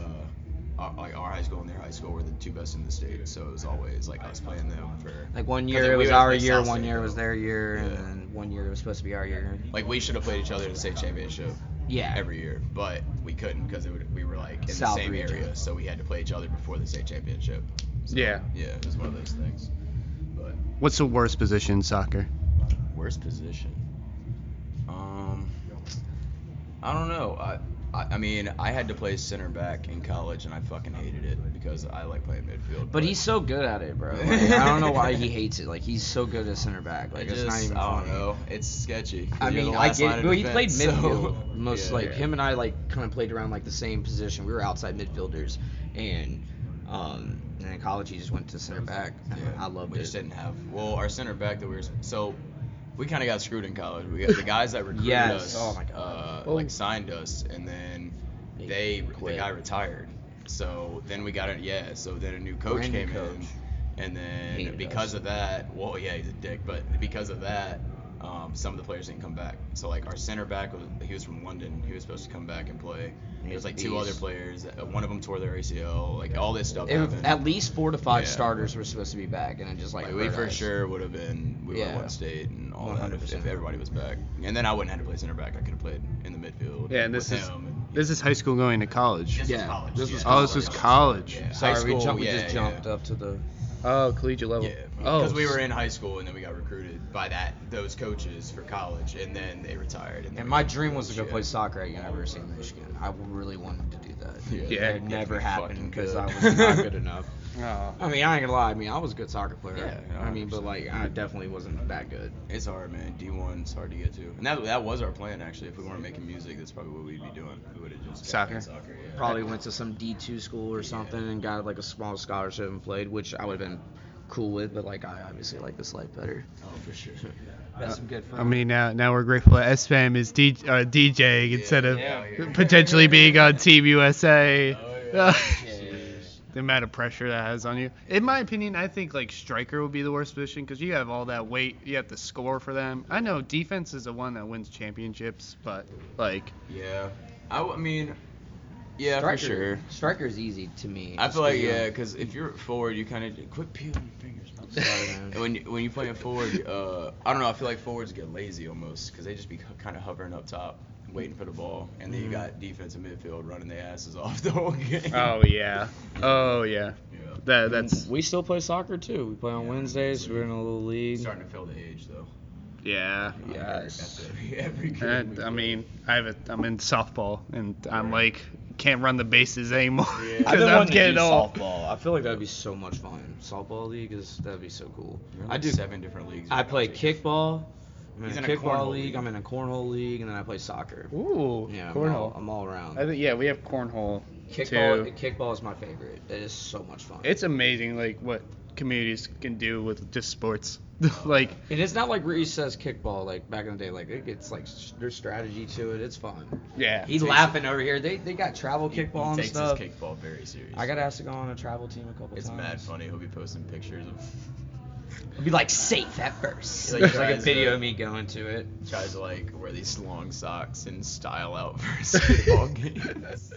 H: our, like our high school and their high school were the two best in the state, so it was always like us playing them for.
I: Like one
H: 'cause
I: year
H: we
I: it
H: always
I: was our
H: played
I: year,
H: South
I: one
H: State,
I: year it was
H: though.
I: their year, and
H: Yeah.
I: then one year it was supposed to be our year.
H: Like we should have played each other in the state championship
I: Yeah.
H: every year, but we couldn't because we were like in
I: South
H: the same
I: region.
H: area, so we had to play each other before the state championship. So,
E: Yeah.
H: Yeah, it was one of those things. But
E: What's the worst position in soccer?
H: Worst position. Um, I don't know. I, I I mean, I had to play center back in college, and I fucking hated it because I like playing midfield.
I: But he's so good at it, bro. Like, I don't know why he hates it. Like he's so good at center back.
H: I
I: Like
H: just
I: it's not even
H: I don't
I: funny.
H: know. It's sketchy. 'cause
I: I
H: you're the
I: mean, I
H: last
I: get
H: line
I: it.
H: of
I: Well, he played
H: defense, so-
I: midfield. Most
H: Yeah.
I: like him and I like kind of played around like the same position. We were outside midfielders, and um, and in college he just went to center back. I loved
H: we
I: it.
H: just didn't have. Well, our center back that we were so we kind of got screwed in college. We got the guys that recruited
I: Yes.
H: us,
I: Oh my God.
H: Uh, like signed us, and then
I: They
H: they
I: quit.
H: the guy retired. So then we got it. Yeah. So then a new coach
I: Brand new
H: came
I: coach.
H: in, and then
I: Hated
H: because
I: us.
H: of that, well, yeah, he's a dick, but because of that. Um, some of the players didn't come back. So like our center back, was, he was from London. He was supposed to come back and play. There was like two
I: He's-
H: other players. uh, One of them tore their ACL. Like all this stuff.
I: It-
H: happened.
I: at least four to five
H: Yeah.
I: starters were supposed to be back, and it just like,
H: Like, we
I: hurt
H: for
I: us.
H: sure would have been we would
I: Yeah.
H: have won state and all that if, if
I: 100%.
H: everybody was back. And then I wouldn't have had to play center back. I could have played in the midfield.
E: Yeah, and this
H: with
E: is
H: him and,
E: This is high school going to college.
H: yeah, this was
E: Oh, this is college.
I: Sorry,
H: High
I: we,
H: school,
I: jumped, we
H: yeah,
I: just
H: yeah.
I: jumped up to the.
E: Oh, collegiate level.
H: Yeah,
E: oh,
H: because we were in high school and then we got recruited by that those coaches for college and then they retired. And, then
I: And
H: we
I: my
H: got
I: dream was to go
H: shit.
I: play soccer at University of Michigan. I really wanted to do that.
H: Yeah,
E: Yeah.
I: it never
H: fucking
I: happened because I
H: good.
I: was not good enough.
E: Oh.
I: I mean, I ain't gonna lie. I mean, I was a good soccer player.
H: Yeah,
I: I mean, but like, I definitely wasn't that good.
H: It's hard, man. D1, it's hard to get to. And that, that was our plan, actually. If we weren't making music, that's probably what we'd be doing. We would have just
E: Soccer.
H: gotten soccer yeah.
I: Probably went to some D2 school or something and got like a small scholarship and played, which I would have been cool with. But like, I obviously like this life better.
H: Oh, for sure.
I: That's some good fun.
E: I mean, now now we're grateful that SFAM is D, uh, DJing instead of
H: yeah, yeah.
E: potentially being on Team USA.
H: Oh, yeah.
E: the amount of pressure that has on you. In my opinion, I think like striker would be the worst position because you have all that weight. You have to score for them. I know defense is the one that wins championships, but like
H: Yeah. I, w- I mean, yeah, for sure.
I: Striker's easy to me.
H: I
I: just
H: feel like,
I: 'cause, um,
H: yeah, because if you're forward, you kind of quit peeling your fingers. bro.
I: Sorry, man.
H: when you, when you play a forward, uh, I don't know. I feel like forwards get lazy almost because they just be kind of hovering up top, waiting for the ball, and then you got defense and midfield running their asses off the whole game.
E: Oh, yeah, oh yeah,
H: Yeah.
E: that that's
I: we still play soccer too. We play on Wednesdays. We're in a little league.
H: Starting to feel the age though.
E: yeah.
I: Yes.
H: Every, every game. we
E: And, I
H: play.
E: mean, I have a, I'm in softball and I'm like can't run the bases anymore
H: Yeah. I've
E: because I'm getting old.
I: softball. I feel like that'd be so much fun. Softball league is that'd be so cool.
H: You're in,
I: I
H: like,
I: do.
H: seven different leagues.
I: I
H: right now,
I: play
H: Jacob.
I: kickball. I'm in
H: He's in
I: a
H: a
I: kickball
H: cornhole
I: league.
H: league.
I: I'm in a cornhole league, and then I play soccer.
E: Ooh,
I: Yeah, I'm all,
E: cornhole.
I: I'm all around.
E: I think yeah, we have cornhole
I: kickball.
E: too.
I: Kickball is my favorite. It is so much fun.
E: It's amazing like what communities can do with just sports. like
I: And it's not like recess kickball like back in the day. Like it gets like s- there's strategy to it. It's fun.
E: yeah.
I: He's laughing over here. They they got travel
H: He-
I: kickball
H: he
I: and
H: takes
I: stuff.
H: his kickball very serious.
I: I got asked to go on a travel team a couple
H: It's
I: times.
H: mad funny. He'll be posting pictures of.
I: It'd be like safe at first.
H: Like, uh,
I: There's like a
H: tries
I: video
H: to-
I: of me going to it.
H: Tries to like wear these long socks and style out for his kickball games.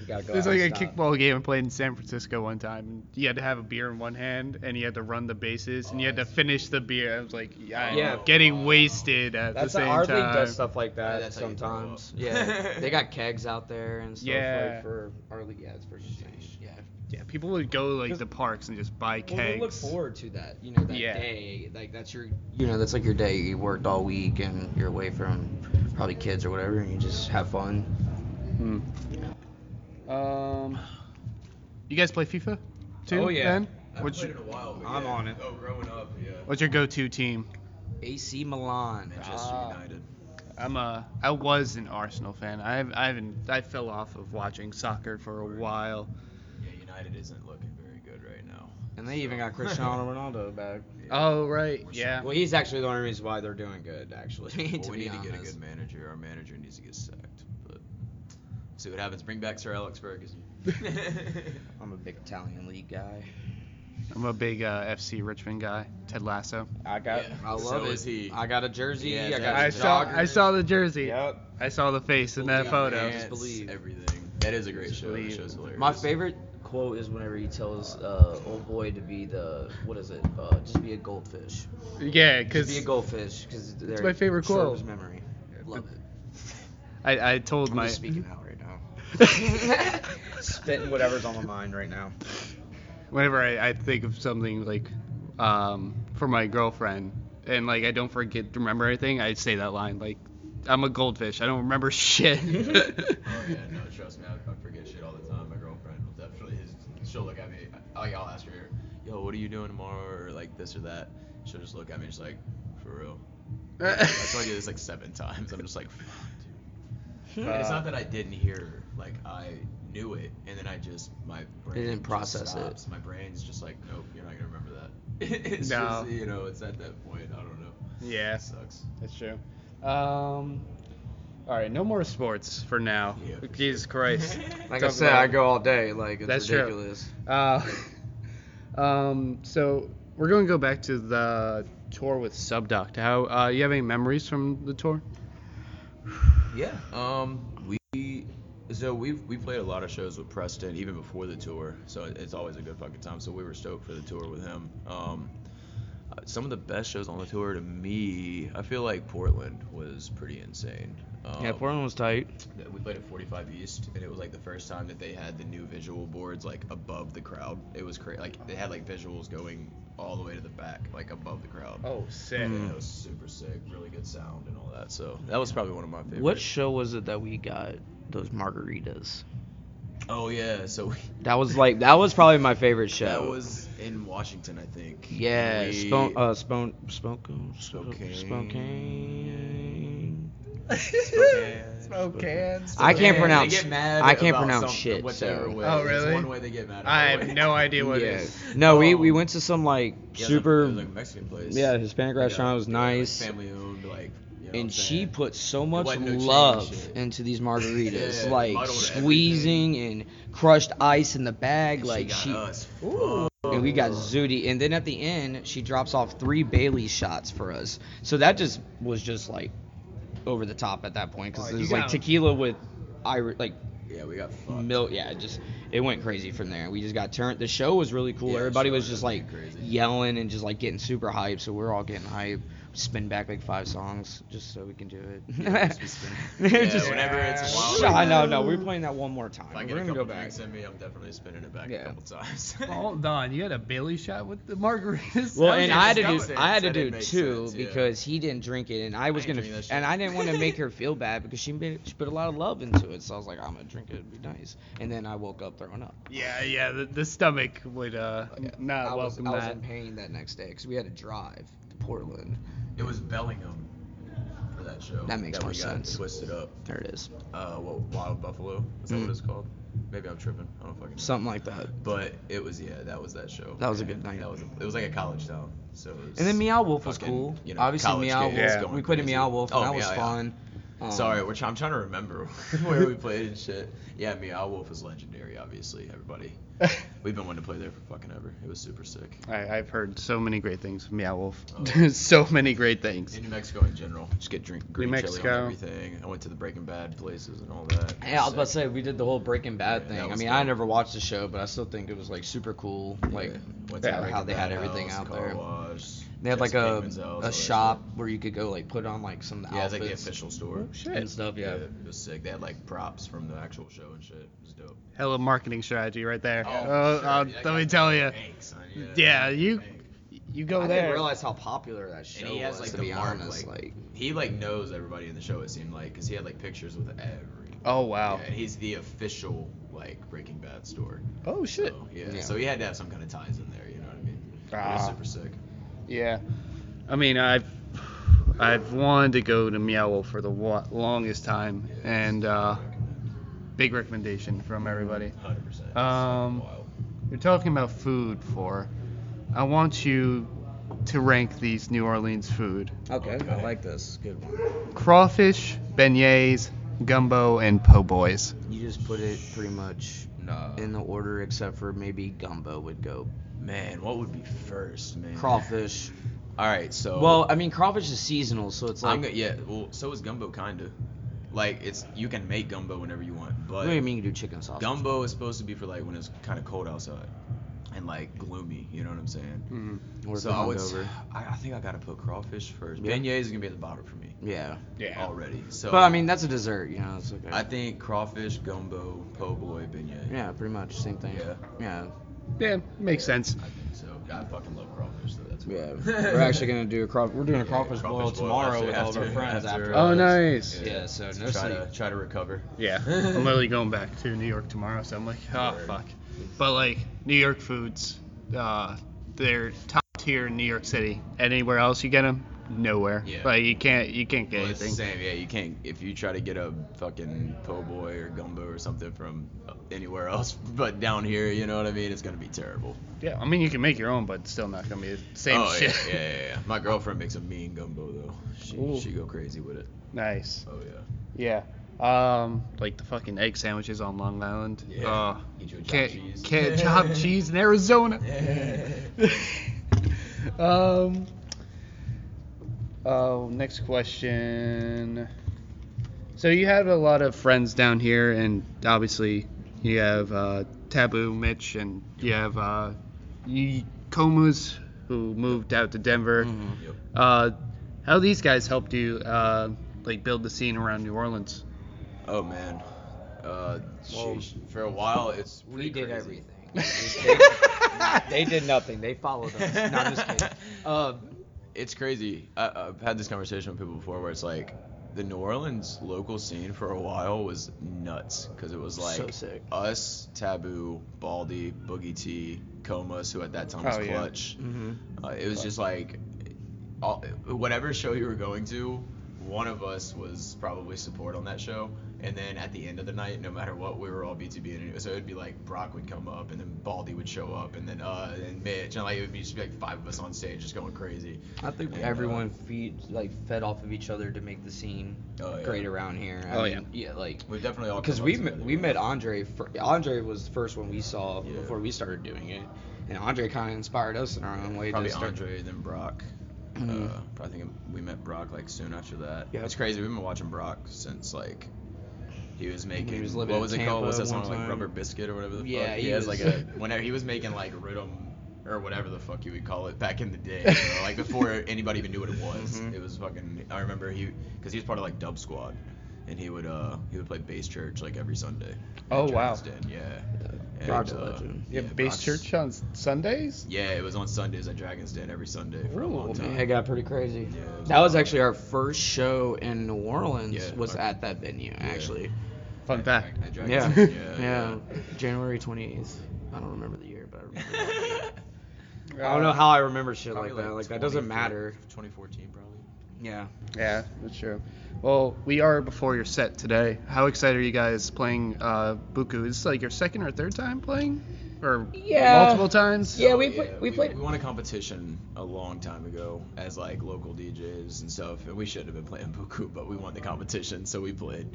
I: You gotta go
E: There's
I: out
E: like a
I: and stop.
E: kickball game I played in San Francisco one time, and you had to have a beer in one hand, and you had to run the bases, and you had to finish the beer. I was like, yeah, I'm
I: Yeah.
E: getting wasted at
I: That's
E: the same
I: our league
E: time.
I: does stuff like
H: Yeah,
I: that
H: that's how you throw
I: sometimes.
H: up.
I: Yeah, they got kegs out there and stuff
E: Yeah.
I: like for our league. Yeah, it's pretty strange. Yeah,
E: Yeah, people would go like
I: Cause-
E: to parks and just buy
I: well, we look
E: kegs.
I: forward to that. You know that
E: Yeah.
I: day, like that's your, you know that's like your day. You worked all week and you're away from probably kids or whatever, and you just have fun.
E: um, you guys play FIFA too?
I: Oh, yeah.
E: Ben?
H: I
E: What's
H: played
E: your,
H: it a while. but
I: I'm
H: yeah.
I: on it.
H: Oh, growing up, yeah.
E: what's your go-to team?
I: AC Milan.
H: Manchester
I: Ah.
H: United.
E: I'm a I was an Arsenal fan. I have I haven't I fell off of watching soccer for a while.
H: Yeah, United isn't looking very good right now.
I: And they even got Cristiano Ronaldo back.
E: Oh right, yeah.
I: Well, he's actually the only reason why they're doing good, actually. to
H: Well, we
I: be
H: need to get a
I: honest.
H: good manager. Our manager needs to get sacked. But see what happens. Bring back Sir Alex Ferguson.
I: I'm a big Italian league guy.
E: I'm a big uh, FC Richmond guy. Ted Lasso.
I: I got.
H: Yeah,
I: I love
H: so
I: it.
H: is he.
I: I got a jersey.
H: Yeah,
I: I got.
H: that
E: I
I: a
H: is
E: saw
I: jogger.
E: I saw the jersey.
I: Yep.
E: I saw the face in that
I: Yeah,
E: photo.
I: man. Just believe.
H: everything. That is a great show. That
E: believe.
H: show's hilarious.
J: My favorite quote is whenever he tells uh, old boy to be the what is it? Uh, just be a goldfish.
E: Yeah,
J: Just be a
E: because
J: goldfish because
E: it's my favorite quote.
J: memory. Love it.
E: I, I told
I: I'm
E: my
I: just speaking out right now. Spitting whatever's on my mind right now.
E: whenever I, I think of something like um, for my girlfriend and like I don't forget to remember anything, I say that line like I'm a goldfish. I don't remember shit.
H: Oh yeah, no, trust me, I, I forget shit all the time. My girlfriend will definitely, is, she'll look at me. I, like, I'll ask her, yo, what are you doing tomorrow, or like this or that. She'll just look at me, and she's like, for real. I told you this like seven times. I'm just like, fuck, dude. And it's not that I didn't hear her. Like uh, I knew it, and then I just my brain
I: didn't
H: just
I: process it.
H: stops. My brain's just like, nope, you're not gonna remember that. it's
E: No.
H: just, you know, it's at that point. I don't know.
E: yeah,
H: That sucks.
E: that's true. Um, all right, no more sports for now.
H: Yeah.
E: Jesus Christ.
I: Like I
E: Talk
I: said,
E: about-
I: I go all day. Like it's
E: That's true.
I: ridiculous.
E: Uh, um, so we're going to go back to the tour with Subduct. How uh, you have any memories from the tour?
H: Yeah. Um, we so we we played a lot of shows with Preston even uh, before the tour, so it's always a good fucking time. So we were stoked for the tour with him. Um,
B: Uh, some of the best shows on the tour to me, I feel like Portland was pretty insane.
H: uh,
B: Um,
I: yeah, Portland was tight.
B: that we played at 45 East, and it was like the first time that they had the new visual boards like above the crowd. It was crazy. Like they had like visuals going all the way to the back, like above the crowd.
K: Oh, sick.
B: And That was super sick. Really good sound and all that. So that was probably one of my favorites.
K: What show was it that we got those margaritas?
B: Oh yeah. So we,
I: That was like that was probably my favorite show.
B: that was in Washington, I think.
I: yeah,
B: We-
I: Spon- uh, Spon- Spokane,
B: Spokane.
I: Spokane, Spokane.
B: Spokane.
C: Spokane.
I: I can't
B: They
I: pronounce-
B: get mad
I: I can't
B: about
I: pronounce
B: something,
I: shit,
B: Whichever
I: so-
B: way.
C: Oh,
B: There's
C: really?
B: one way they get mad.
C: I have
B: another way.
C: no idea what it
I: yeah.
C: is.
I: No, we, we
B: Um,
I: went to some
B: Yeah, it
I: like
B: was like-
I: super.
B: it was like a Mexican place.
I: yeah, Hispanic
B: Like a-
I: restaurant was
B: yeah, like
I: nice.
B: family owned, like. you know what I'm
I: and she
B: saying?
I: put so
B: It
I: much
B: wasn't no chain and
I: love
B: shit.
I: into these margaritas,
B: Yeah,
I: like
B: muddled
I: squeezing and crushed ice in the bag,
B: And
I: like
B: got
I: she.
B: us
I: and we got
B: fucked.
I: Zooty, and then at the end she drops off three Bailey shots for us. So that just was just like over the top at that point because
C: Oh,
I: it
C: you
I: was like
C: got-
I: tequila with Irish, like
B: Yeah, we got fucked.
I: milk. Yeah, it just it went crazy from there. We just got turned. The show was really cool.
B: Yeah, the
I: Everybody
B: show
I: was
B: was
I: just
B: really
I: like
B: crazy.
I: yelling and just like getting super hyped. So we're all getting hyped. Spin back like five songs just so we can do it.
B: Yeah, just be spinning.
I: They're
B: Yeah,
I: just-
B: whenever it's wild
I: Shut-
B: like
I: no,
B: that.
I: no, we're playing that one more time.
B: If I
I: We're
B: get a
I: gonna go
B: couple
I: back.
B: drinks in me, I'm definitely spinning it back
I: Yeah.
B: a couple times.
E: Hold on, you had a Bailey shot with the margaritas.
I: Well,
E: How's
I: and
E: your
I: I had to
E: stomach?
I: do
B: sense.
I: I had to
B: That
I: do
B: didn't make
I: two
B: sense, yeah.
I: because he didn't drink it, and I was
B: ain't
I: gonna,
B: drinking that shit.
I: and I didn't want to make her feel bad because she, made, she put a lot of love into it. So I was like, I'm gonna drink it, it'd be nice. And then I woke up throwing up.
E: Yeah, yeah, the, the stomach would uh
I: Yeah.
E: not
I: I was,
E: welcome
I: I was
E: that.
I: in pain that next day because we had to drive to Portland.
B: It was Bellingham for that show.
I: That makes
B: that
I: more
B: we got
I: sense.
B: Twisted up.
I: There it is,
B: Uh, what Wild Buffalo? Is that
I: Mm.
B: what it's called? Maybe I'm tripping. I don't fucking know.
I: something like that.
B: But it was yeah, that was that show.
I: That was a
B: And
I: good night.
B: That was it was like a college town. So. It was
I: And then Meow Wolf was
B: fucking,
I: cool.
B: you know,
I: Obviously,
B: college
I: Meow Wolf.
B: kids going
I: We played a
B: crazy.
I: Meow Wolf, and
B: Oh,
I: that was
B: Meow, yeah.
I: fun. Um,
B: Sorry, which I'm trying to remember where we played and shit. Yeah, Meow Wolf is legendary, obviously. Everybody, we've been wanting to play there for fucking ever. It was super sick.
E: I, I've heard so many great things from Meow Wolf.
B: Oh.
E: so many great things.
B: In New Mexico in general, just get drink green chili
E: Mexico.
B: on everything. I went to the Breaking Bad places and all that.
I: Yeah, I was about to say we did the whole Breaking Bad
B: Yeah, that
I: thing. I
B: was
I: mean,
B: dope.
I: I never watched the show, but I still think it was like super cool. Like
B: Went to
I: yeah,
B: Breaking
I: how they had
B: Bad
I: everything
B: house,
I: out
B: car
I: there.
B: wash,
I: They had like
B: Jesse
I: a,
B: Pinkman's house, all
I: a
B: uh, that
I: shop
B: shit.
I: where you could go like put on like some of the
B: Yeah, it's like the
I: outfits
B: official
E: Oh,
B: store.
I: and stuff. Yeah.
B: it was sick. They had like props from the actual show and shit. It was dope.
E: Hella marketing strategy right there.
B: Oh,
E: Oh,
B: sure.
E: uh,
B: Yeah,
E: let me
B: guy-
E: tell you,
B: Bank, son.
E: Yeah, you-
B: bank.
E: you go
I: I didn't
E: there.
I: realize how popular that show
B: And he has
I: was.
B: like
I: to
B: the
I: be
B: mark,
I: honest,
B: like,
I: like,
B: he like knows everybody in the show. It seemed like because he had like pictures with every.
E: oh wow.
B: Yeah, he's the official like Breaking Bad store.
E: Oh shit.
B: So, yeah.
I: Yeah.
B: So he had to have some kind of ties in there. You know what I mean? It was
E: Ah.
B: super sick.
E: Yeah. I mean, I've I've wanted to go to Meow Wolf for the wa- longest time,
B: Yeah,
E: and uh, big recommendation from everybody.
B: Hundred percent.
E: Um, You're talking about food for. I want you to rank these New Orleans food:
I: okay, I
B: Okay.
I: like this. Good one.
E: crawfish, beignets, gumbo, and po' boys.
I: You just put it pretty much
B: Nah.
I: in the order, except for maybe gumbo would go
B: Man, what would be first, man?
I: crawfish.
B: All right, so.
I: Well, I mean, crawfish is seasonal, so it's
B: Oh. I'm
I: like.
B: go- yeah. Well, so is gumbo, kinda. Like it's you can make gumbo whenever you want,
I: What
B: but
I: do you mean you do chicken sauce?
B: gumbo is supposed to be for like when it's kind of cold outside and like gloomy. You know what I'm saying?
I: Or
B: so I would. s-
I: hungover.
B: I, I think I gotta put crawfish first.
I: Yeah.
B: Beignets is gonna be at the bottom for me
I: Yeah.
B: already. So.
I: but I mean, that's a dessert, you know. It's okay.
B: I think crawfish, gumbo, po' boy, beignet.
I: yeah, pretty much same thing.
B: Yeah.
I: Yeah.
E: Yeah, makes sense.
B: I think so. I fucking love crawfish, so that's
I: Yeah. We're actually gonna do a crawfish. We're doing a
B: Yeah,
I: crawfish, boil tomorrow
B: after-
I: with all of our
B: after-
I: friends after.
B: after,
E: Oh,
B: uh,
E: nice.
I: Yeah, so
B: to
I: no
B: try
I: sleep.
B: to try to recover.
E: Yeah, I'm literally going back to New York tomorrow, so I'm like, oh
B: Word.
E: fuck. But like New York foods, uh, they're top tier in New York City. Anywhere else you get them, nowhere.
B: Yeah.
E: Like you can't you can't get
B: Well, it's the
E: anything.
B: same. Yeah, you can't. If you try to get a fucking po' boy or gumbo or something from anywhere else but down here, you know what I mean? It's gonna be terrible.
E: Yeah, I mean you can make your own, but it's still not gonna be the same
B: oh,
E: shit.
B: Yeah, yeah, yeah, yeah. My girlfriend makes a mean gumbo though.
E: Ooh.
B: She she go crazy with it.
E: Nice.
B: Oh yeah.
E: Yeah. Um, like the fucking egg sandwiches on Long Island.
B: Yeah.
E: Uh,
B: Eat your chopped
E: can't
B: cheese.
E: can't chop cheese in Arizona. um. Oh, next question. So you have a lot of friends down here, and obviously you have uh, Taboo, Mitch, and you have uh, you, Coma's who moved out to Denver.
B: Mhm. Yep.
E: Uh, how these guys helped you uh, like build the scene around New Orleans?
B: Oh man. Uh, sheesh. for a while it's
I: We
B: pretty
I: did
B: crazy.
I: everything. They, they did nothing. They followed us. No, I'm just kidding.
B: Um, it's crazy. I, I've had this conversation with people before where it's like the New Orleans local scene for a while was nuts because it was like
L: So sick.
B: us, Taboo, Baldy, Boogie T, Comas, who at that time
L: Oh,
B: was
L: yeah.
B: Clutch.
L: Mhm.
B: Uh, it was just like all, whatever show you were going to, one of us was probably support on that show. And then at the end of the night, no matter what, we were all BTB. And it, so it would be like Brock would come up, and then Baldy would show up, and then uh, and Mitch, and like it would be just like five of us on stage just going crazy.
I: I think
B: And, uh,
I: everyone feed like fed off of each other to make the scene
B: Oh, yeah.
I: great around here. I
B: Oh,
I: mean, yeah. like
B: we definitely all
I: because
B: come up
I: we
B: together.
I: met, we met Andre. Fir- Andre was the first one we saw before we started doing it, and Andre kind of inspired us in our own way.
B: probably
I: to start,
B: Andre, then Brock.
I: Mhm.
B: Uh, probably think we met Brock like soon after that. Yeah, it's crazy. We've been watching Brock since like he was making.
I: was living
B: what
I: in
B: was it called?
I: Tampa
B: Was that
I: one
B: song like
I: time.
B: Rubber Biscuit or whatever the
I: Yeah,
B: fuck?
I: he
B: he has
I: was-
B: like a whenever he was making like rhythm or whatever the fuck you would call it back in the day, you know, like before anybody even knew what it was.
I: Mm-hmm.
B: It was fucking. I remember he because he was part of like Dub Squad, and he would uh he would play bass church like every Sunday.
E: Oh, wow.
B: Den, yeah. And,
E: Brock's
B: uh,
E: You
B: yeah,
E: have base
B: Brock's-
E: church on Sundays?
B: yeah, it was on Sundays at Dragon's Den every Sunday for a long time.
I: it got pretty crazy. that was actually our first show in New Orleans. was at that venue actually.
E: Fun fact.
I: Yeah.
B: Yeah,
I: Yeah,
B: yeah,
I: January 28th. I don't remember the year, but I remember. I don't know how I remember shit like, that. Like that doesn't matter.
B: 2014 probably.
I: Yeah.
E: Yeah, that's true. Well, we are before your set today. How excited are you guys playing uh, Buku? Is this like your second or third time playing? Or
I: Yeah.
E: multiple times?
I: Yeah, we pla- we played-
B: We won a competition a long time ago as like local DJs and stuff, and we should have been playing Buku, but we won the competition, so we played.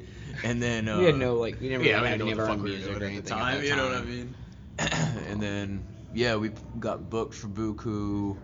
B: And then uh,
I: We had no, like, we didn't
B: yeah,
I: really
B: we
I: have
B: didn't know what
I: any of
B: the
I: our
B: fuck we were
I: music
B: doing
I: or
B: at the
I: anything at
B: time,
I: that
B: you know what I
I: time.
B: mean? and then yeah, we got booked for Buku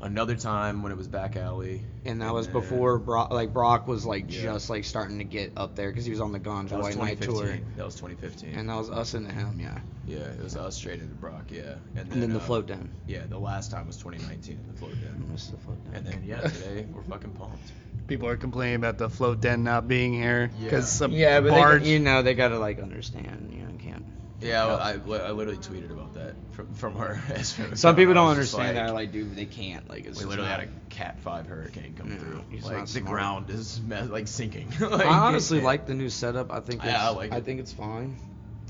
B: another time when it was back alley.
I: And that was
B: then-
I: before Brock, like Brock was like
B: Yeah.
I: just like starting to get up there because he was on the Ganja
B: That was
I: White Night tour,
B: 2015. That was 2015.
I: and that was us and him, yeah.
B: Yeah, it was us straight into Brock. Yeah, um,
I: And then the float down.
B: Yeah, the last time was 2019 in the float down.
I: Missed the float down.
B: And then yeah, today we're fucking pumped.
E: People are complaining about the float den not being here because some
I: yeah, but
E: barge.
I: They, you know they gotta like understand, you know, you can't.
B: Yeah, well, I, li- I literally tweeted about that from from our.
I: Some people don't
B: I was just
I: understand that, like, dude, they can't. Like,
B: we
I: it's just
B: literally
I: not-
B: had a Cat Five hurricane come
I: No,
B: through.
I: he's
B: Like
I: not
B: the
I: smart.
B: ground is me- like sinking.
I: I
B: Like,
I: honestly like the new setup. I think
B: Yeah,
I: it's,
B: I like
I: I
B: it.
I: think it's fine.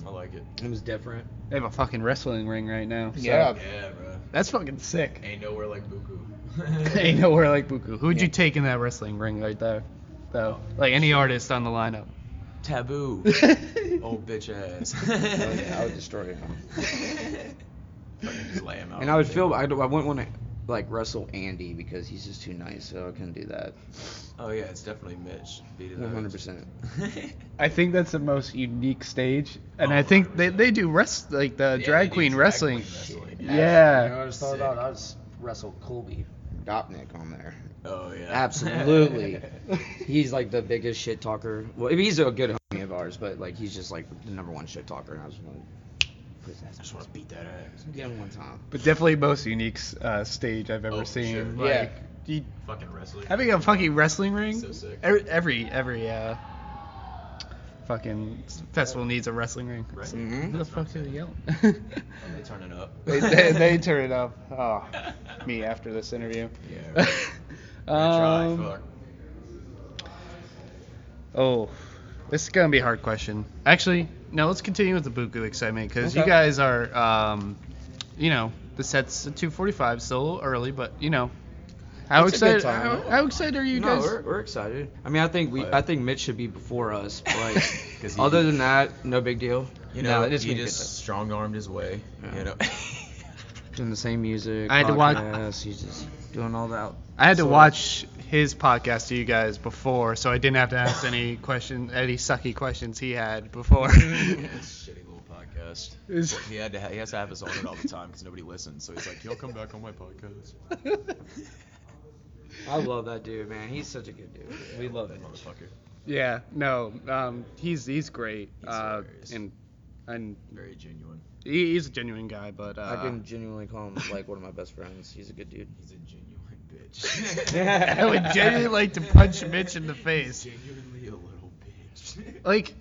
B: I like it.
I: It was different.
E: They have a fucking wrestling ring right now. so-
B: Yeah, bro.
E: That's fucking sick.
B: Ain't nowhere like Buku.
E: Ain't nowhere like Buku. Who'd you take in that wrestling ring right there? Though, like any artist on the lineup.
B: Taboo. Old bitch ass.
I: Oh, yeah, I would destroy him.
B: Fucking just lay him out.
I: And I would feel I, d- I wouldn't want to like wrestle Andy because he's just too nice, so I couldn't do that.
B: Oh yeah, it's definitely Mitch. Beat it up.
I: 100%.
E: I think that's the most unique stage, and I think they, they do rest like the
B: they
E: drag
B: do
E: queen
B: drag
E: wrestling.
B: queen wrestling.
I: You know what I
E: Yeah.
I: was thought about? I was wrestle Colby Dopnik on there.
B: Oh yeah.
E: Ah.
I: Absolutely. he's like the biggest shit talker. Well, I mean, he's a good homie of ours, but like he's just like the number one shit talker, and I was just like, his ass.
B: I just want to beat that ass.
I: Get him one time.
E: But definitely most unique uh, stage I've ever
B: Oh,
E: seen.
B: sure.
E: Like,
I: Yeah.
E: you-
B: Fucking wrestling.
E: having a fucking wrestling ring.
B: So sick.
E: Every every, every uh, fucking festival needs a wrestling ring.
B: Right.
E: So-
I: Mhm.
E: Who the fuck did he yell?
B: Oh, they turning up.
E: they, they, they turn it up. Oh, me after this interview.
B: Yeah. Right. Try,
E: Um,
B: fuck.
E: Oh, this is gonna be a hard question. Actually, no. Let's continue with the Buku excitement because you
I: Okay.
E: guys are, um, you know, the set's at 2:45, still a little early, but you know, how
I: It's a good
E: excited?
I: time.
E: How, how excited are you
I: no,
E: guys?
I: we're, we're excited. I mean, I think we, I think Mitch should be before us, but like,
B: 'Cause he-
I: other than that, no big deal.
B: You know,
I: no, it is
B: he
I: gonna get
B: just strong armed his way. You know.
I: there. doing the same music.
E: I had to watch-
I: podcasts, He's just doing all that.
E: I had to
I: sort of-
E: watch his podcast to you guys before, so I didn't have to ask any question, any sucky questions he had before.
B: Yeah, it's a shitty little podcast.
E: Is-
B: Well, he had to ha- he has to have us on it all the time because nobody listens. So he's like, "Y'all come back on my podcast."
I: I love that dude, man. He's such a good dude. We love him.
B: Motherfucker.
E: yeah, no, um, he's he's great,
B: He's
E: uh,
B: hilarious.
E: and And
H: very genuine.
E: He, he's a genuine guy, but uh,
C: I can genuinely call him like one of my best friends. He's a good dude.
H: He's a genuine bitch.
E: I would genuinely like to punch Mitch in the face.
H: Genuinely a little bitch.
E: Like,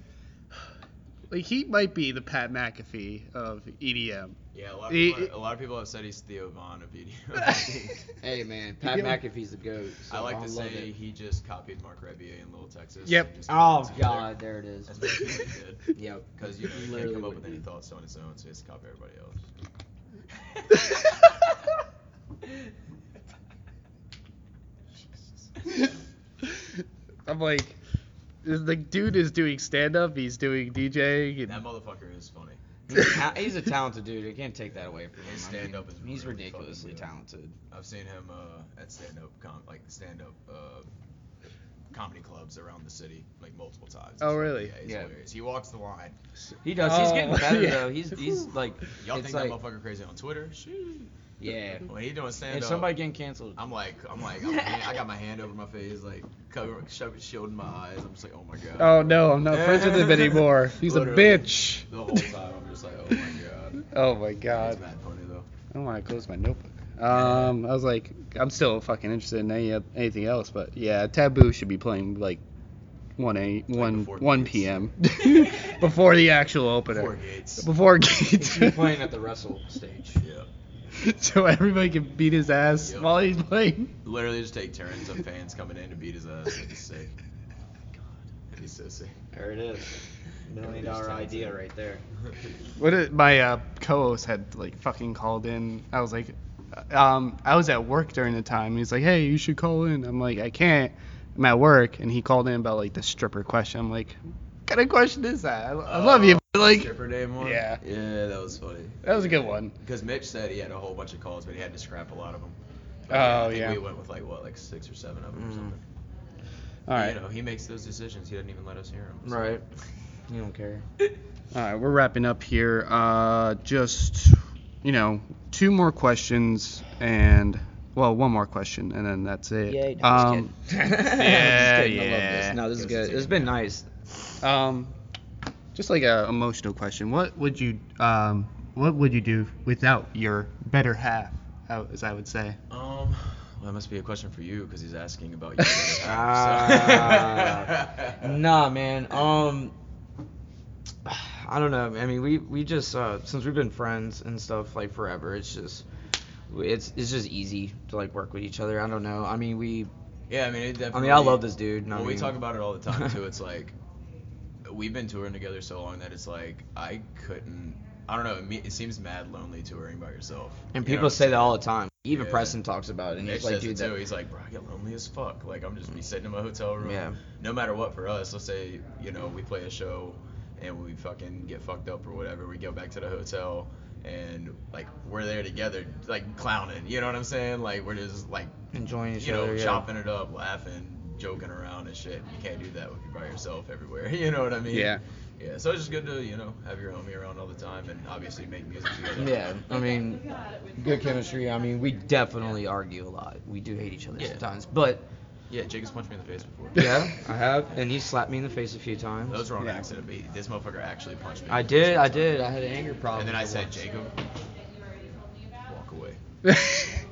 E: like he might be the Pat McAfee of E EDM.
H: Yeah, a lot, of
E: He-
H: people, a lot of people have said he's Theo Von of EDM.
I: Hey man, Pat
E: Yeah.
I: McAfee's the goat. so
H: I like to
I: love
H: say
I: it.
H: he just copied Mark Rebier in Little Texas.
E: Yep.
H: and just put
I: Oh
H: it together.
I: god, there it is.
H: That's basically what he did.
I: Yep.
H: Because you, know, you can't
I: Literally
H: come up
I: what
H: with
I: he
H: any
I: did.
H: thoughts on its own, so you just copy everybody else.
E: I'm like, this- the dude is doing stand up. He's doing DJing. And,
H: that motherfucker is funny.
I: He's a ta- He's a talented dude. I can't take that away from him.
H: His
I: I mean,
H: stand-up is
I: He's
H: really
I: ridiculously
H: fucking good.
I: talented.
H: I've seen him uh, at stand up com- like stand up uh, comedy clubs around the city like multiple times.
E: Oh,
H: It's-
E: really?
H: Yeah, he's
I: Yeah.
H: hilarious. He walks the line.
I: He does. he's getting
E: Oh,
I: better
E: yeah.
I: though. He's he's like
H: Y'all
I: it's
H: think
I: like
H: that motherfucker crazy on Twitter? Shoot.
I: yeah.
H: When he doing stand
I: If
H: up,
I: somebody getting canceled,
H: I'm like, I'm like, I'm, I got my hand over my face, like covering, sho- shielding my eyes. I'm just like, oh my god.
E: oh no, I'm not friends with him anymore. He's a
H: Literally.
E: bitch.
H: The whole time I'm just like, oh my god.
E: Oh my god.
H: He's mad funny though.
E: I don't want to close my notebook. Um, I was like, I'm still fucking interested in any, anything else, but yeah, Taboo should be playing like 1 a, 1
H: before the
E: 1
H: gates.
E: p.m. before the actual opener.
H: Before Gates.
E: Before
I: he
E: Gates.
I: should be playing at the wrestle stage.
H: Yeah.
E: so everybody can beat his ass
H: Yep.
E: while he's playing.
H: Literally just take turns of fans coming in to beat his ass. That'd be sick. That'd be so sick.
I: There it is. Million dollar idea right there.
E: What did, my uh, co-host had like fucking called in. I was like, um, I was at work during the time. He's like, hey, you should call in. I'm like, I can't. I'm at work, and he called in about like the stripper question. I'm like, what kind of question is that? I, I love you, but like,
H: Stripper name one?
E: Yeah.
H: Yeah, that was funny.
E: that was a good one.
H: Because Mitch said he had a whole bunch of calls, but he had to scrap a lot of them. But I
E: Oh,
H: think
E: yeah.
H: We went with like what, like six or seven of them or
I: Mm.
H: something.
E: All right,
H: You know, he makes those decisions. He doesn't even let us hear them.
I: Right. You don't care.
E: all right, we're wrapping up here. Uh, just you know, two more questions and. Well, one more question, and then that's it.
C: Yay, no, I'm just
E: um,
I: yeah,
E: Yeah, yeah.
I: No, this is
H: Give us a
I: good. It's
H: second.
I: been nice.
E: Um, just like a emotional question. What would you um What would you do without your better half? how- As I would say.
H: Um, well, that must be a question for you because he's asking about you. so-
E: Uh.
I: Ah. nah, man. Um, I don't know. I mean, we we just uh, since we've been friends and stuff like forever, it's just it's it's just easy to like work with each other. I don't know. I mean, we.
H: Yeah, I mean, it
I: I
H: definitely.
I: mean, I love this dude. and I
H: Well, we
I: mean-
H: talk about it all the time too. It's like we've been touring together so long that it's like I couldn't. I don't know. It, me- it seems mad lonely touring by yourself.
I: And
H: You know
I: people
H: what I'm
I: say that
H: saying?
I: all the time. Even
H: Yeah.
I: Preston talks about it, and
H: Mitch
I: he's like,
H: says it
I: dude, that, Mm.
H: too. He's like, bro, I get lonely as fuck. Like I'm just be sitting in my hotel room.
I: Yeah.
H: No matter what for us, let's say you know we play a show and we fucking get fucked up or whatever. We go back to the hotel and like we're there together, like clowning. You know what I'm saying? Like we're just like
I: enjoying each
H: you know
I: other. yeah.
H: chopping it up, laughing, joking around and shit. You can't do that when you're by yourself everywhere. You know what I mean?
E: Yeah.
H: Yeah. So it's just good to you know have your homie around all the time and obviously make music together.
I: Yeah, I mean, good chemistry. I mean, we definitely argue a lot. We do hate each other
H: Yeah.
I: sometimes, but
H: Yeah. Jake has punched me in the face before.
I: yeah, I have, and he slapped me in the face a few times.
H: Those were on
E: Yeah.
H: accident, but this motherfucker actually punched me.
I: I did, I did. I had an anger problem.
H: And then I
I: for
H: said,
I: once.
H: Jacob, walk away.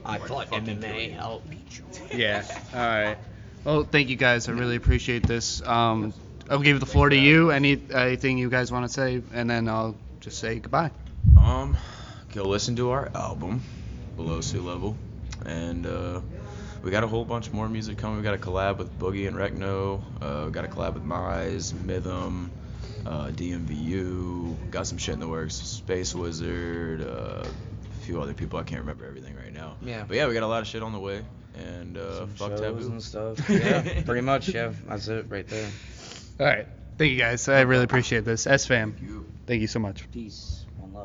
I: I
H: Or
I: thought
H: fucking kill
I: MMA
H: you.
I: helped me.
E: yeah. All right. Well, thank you guys. I really appreciate this. Um, I'll give the floor to you. Any anything you guys want to say, and then I'll just say goodbye.
H: Um, go listen to our album, Below Sea Level, and uh, we got a whole bunch more music coming. We got a collab with Boogie and Recno. Uh, we got a collab with Mize, Mithem, uh, DMVU. Got some shit in the works. Space Wizard, uh, a few other people. I can't remember everything right now.
I: Yeah.
H: But yeah, we got a lot of shit on the way. And uh,
I: Some
H: fuck
I: shows
H: taboo.
I: and stuff. Yeah, pretty much. Yeah, that's it right there.
E: All right. Thank you guys. I really appreciate this. S fam. Thank you so much.
C: Peace. One love.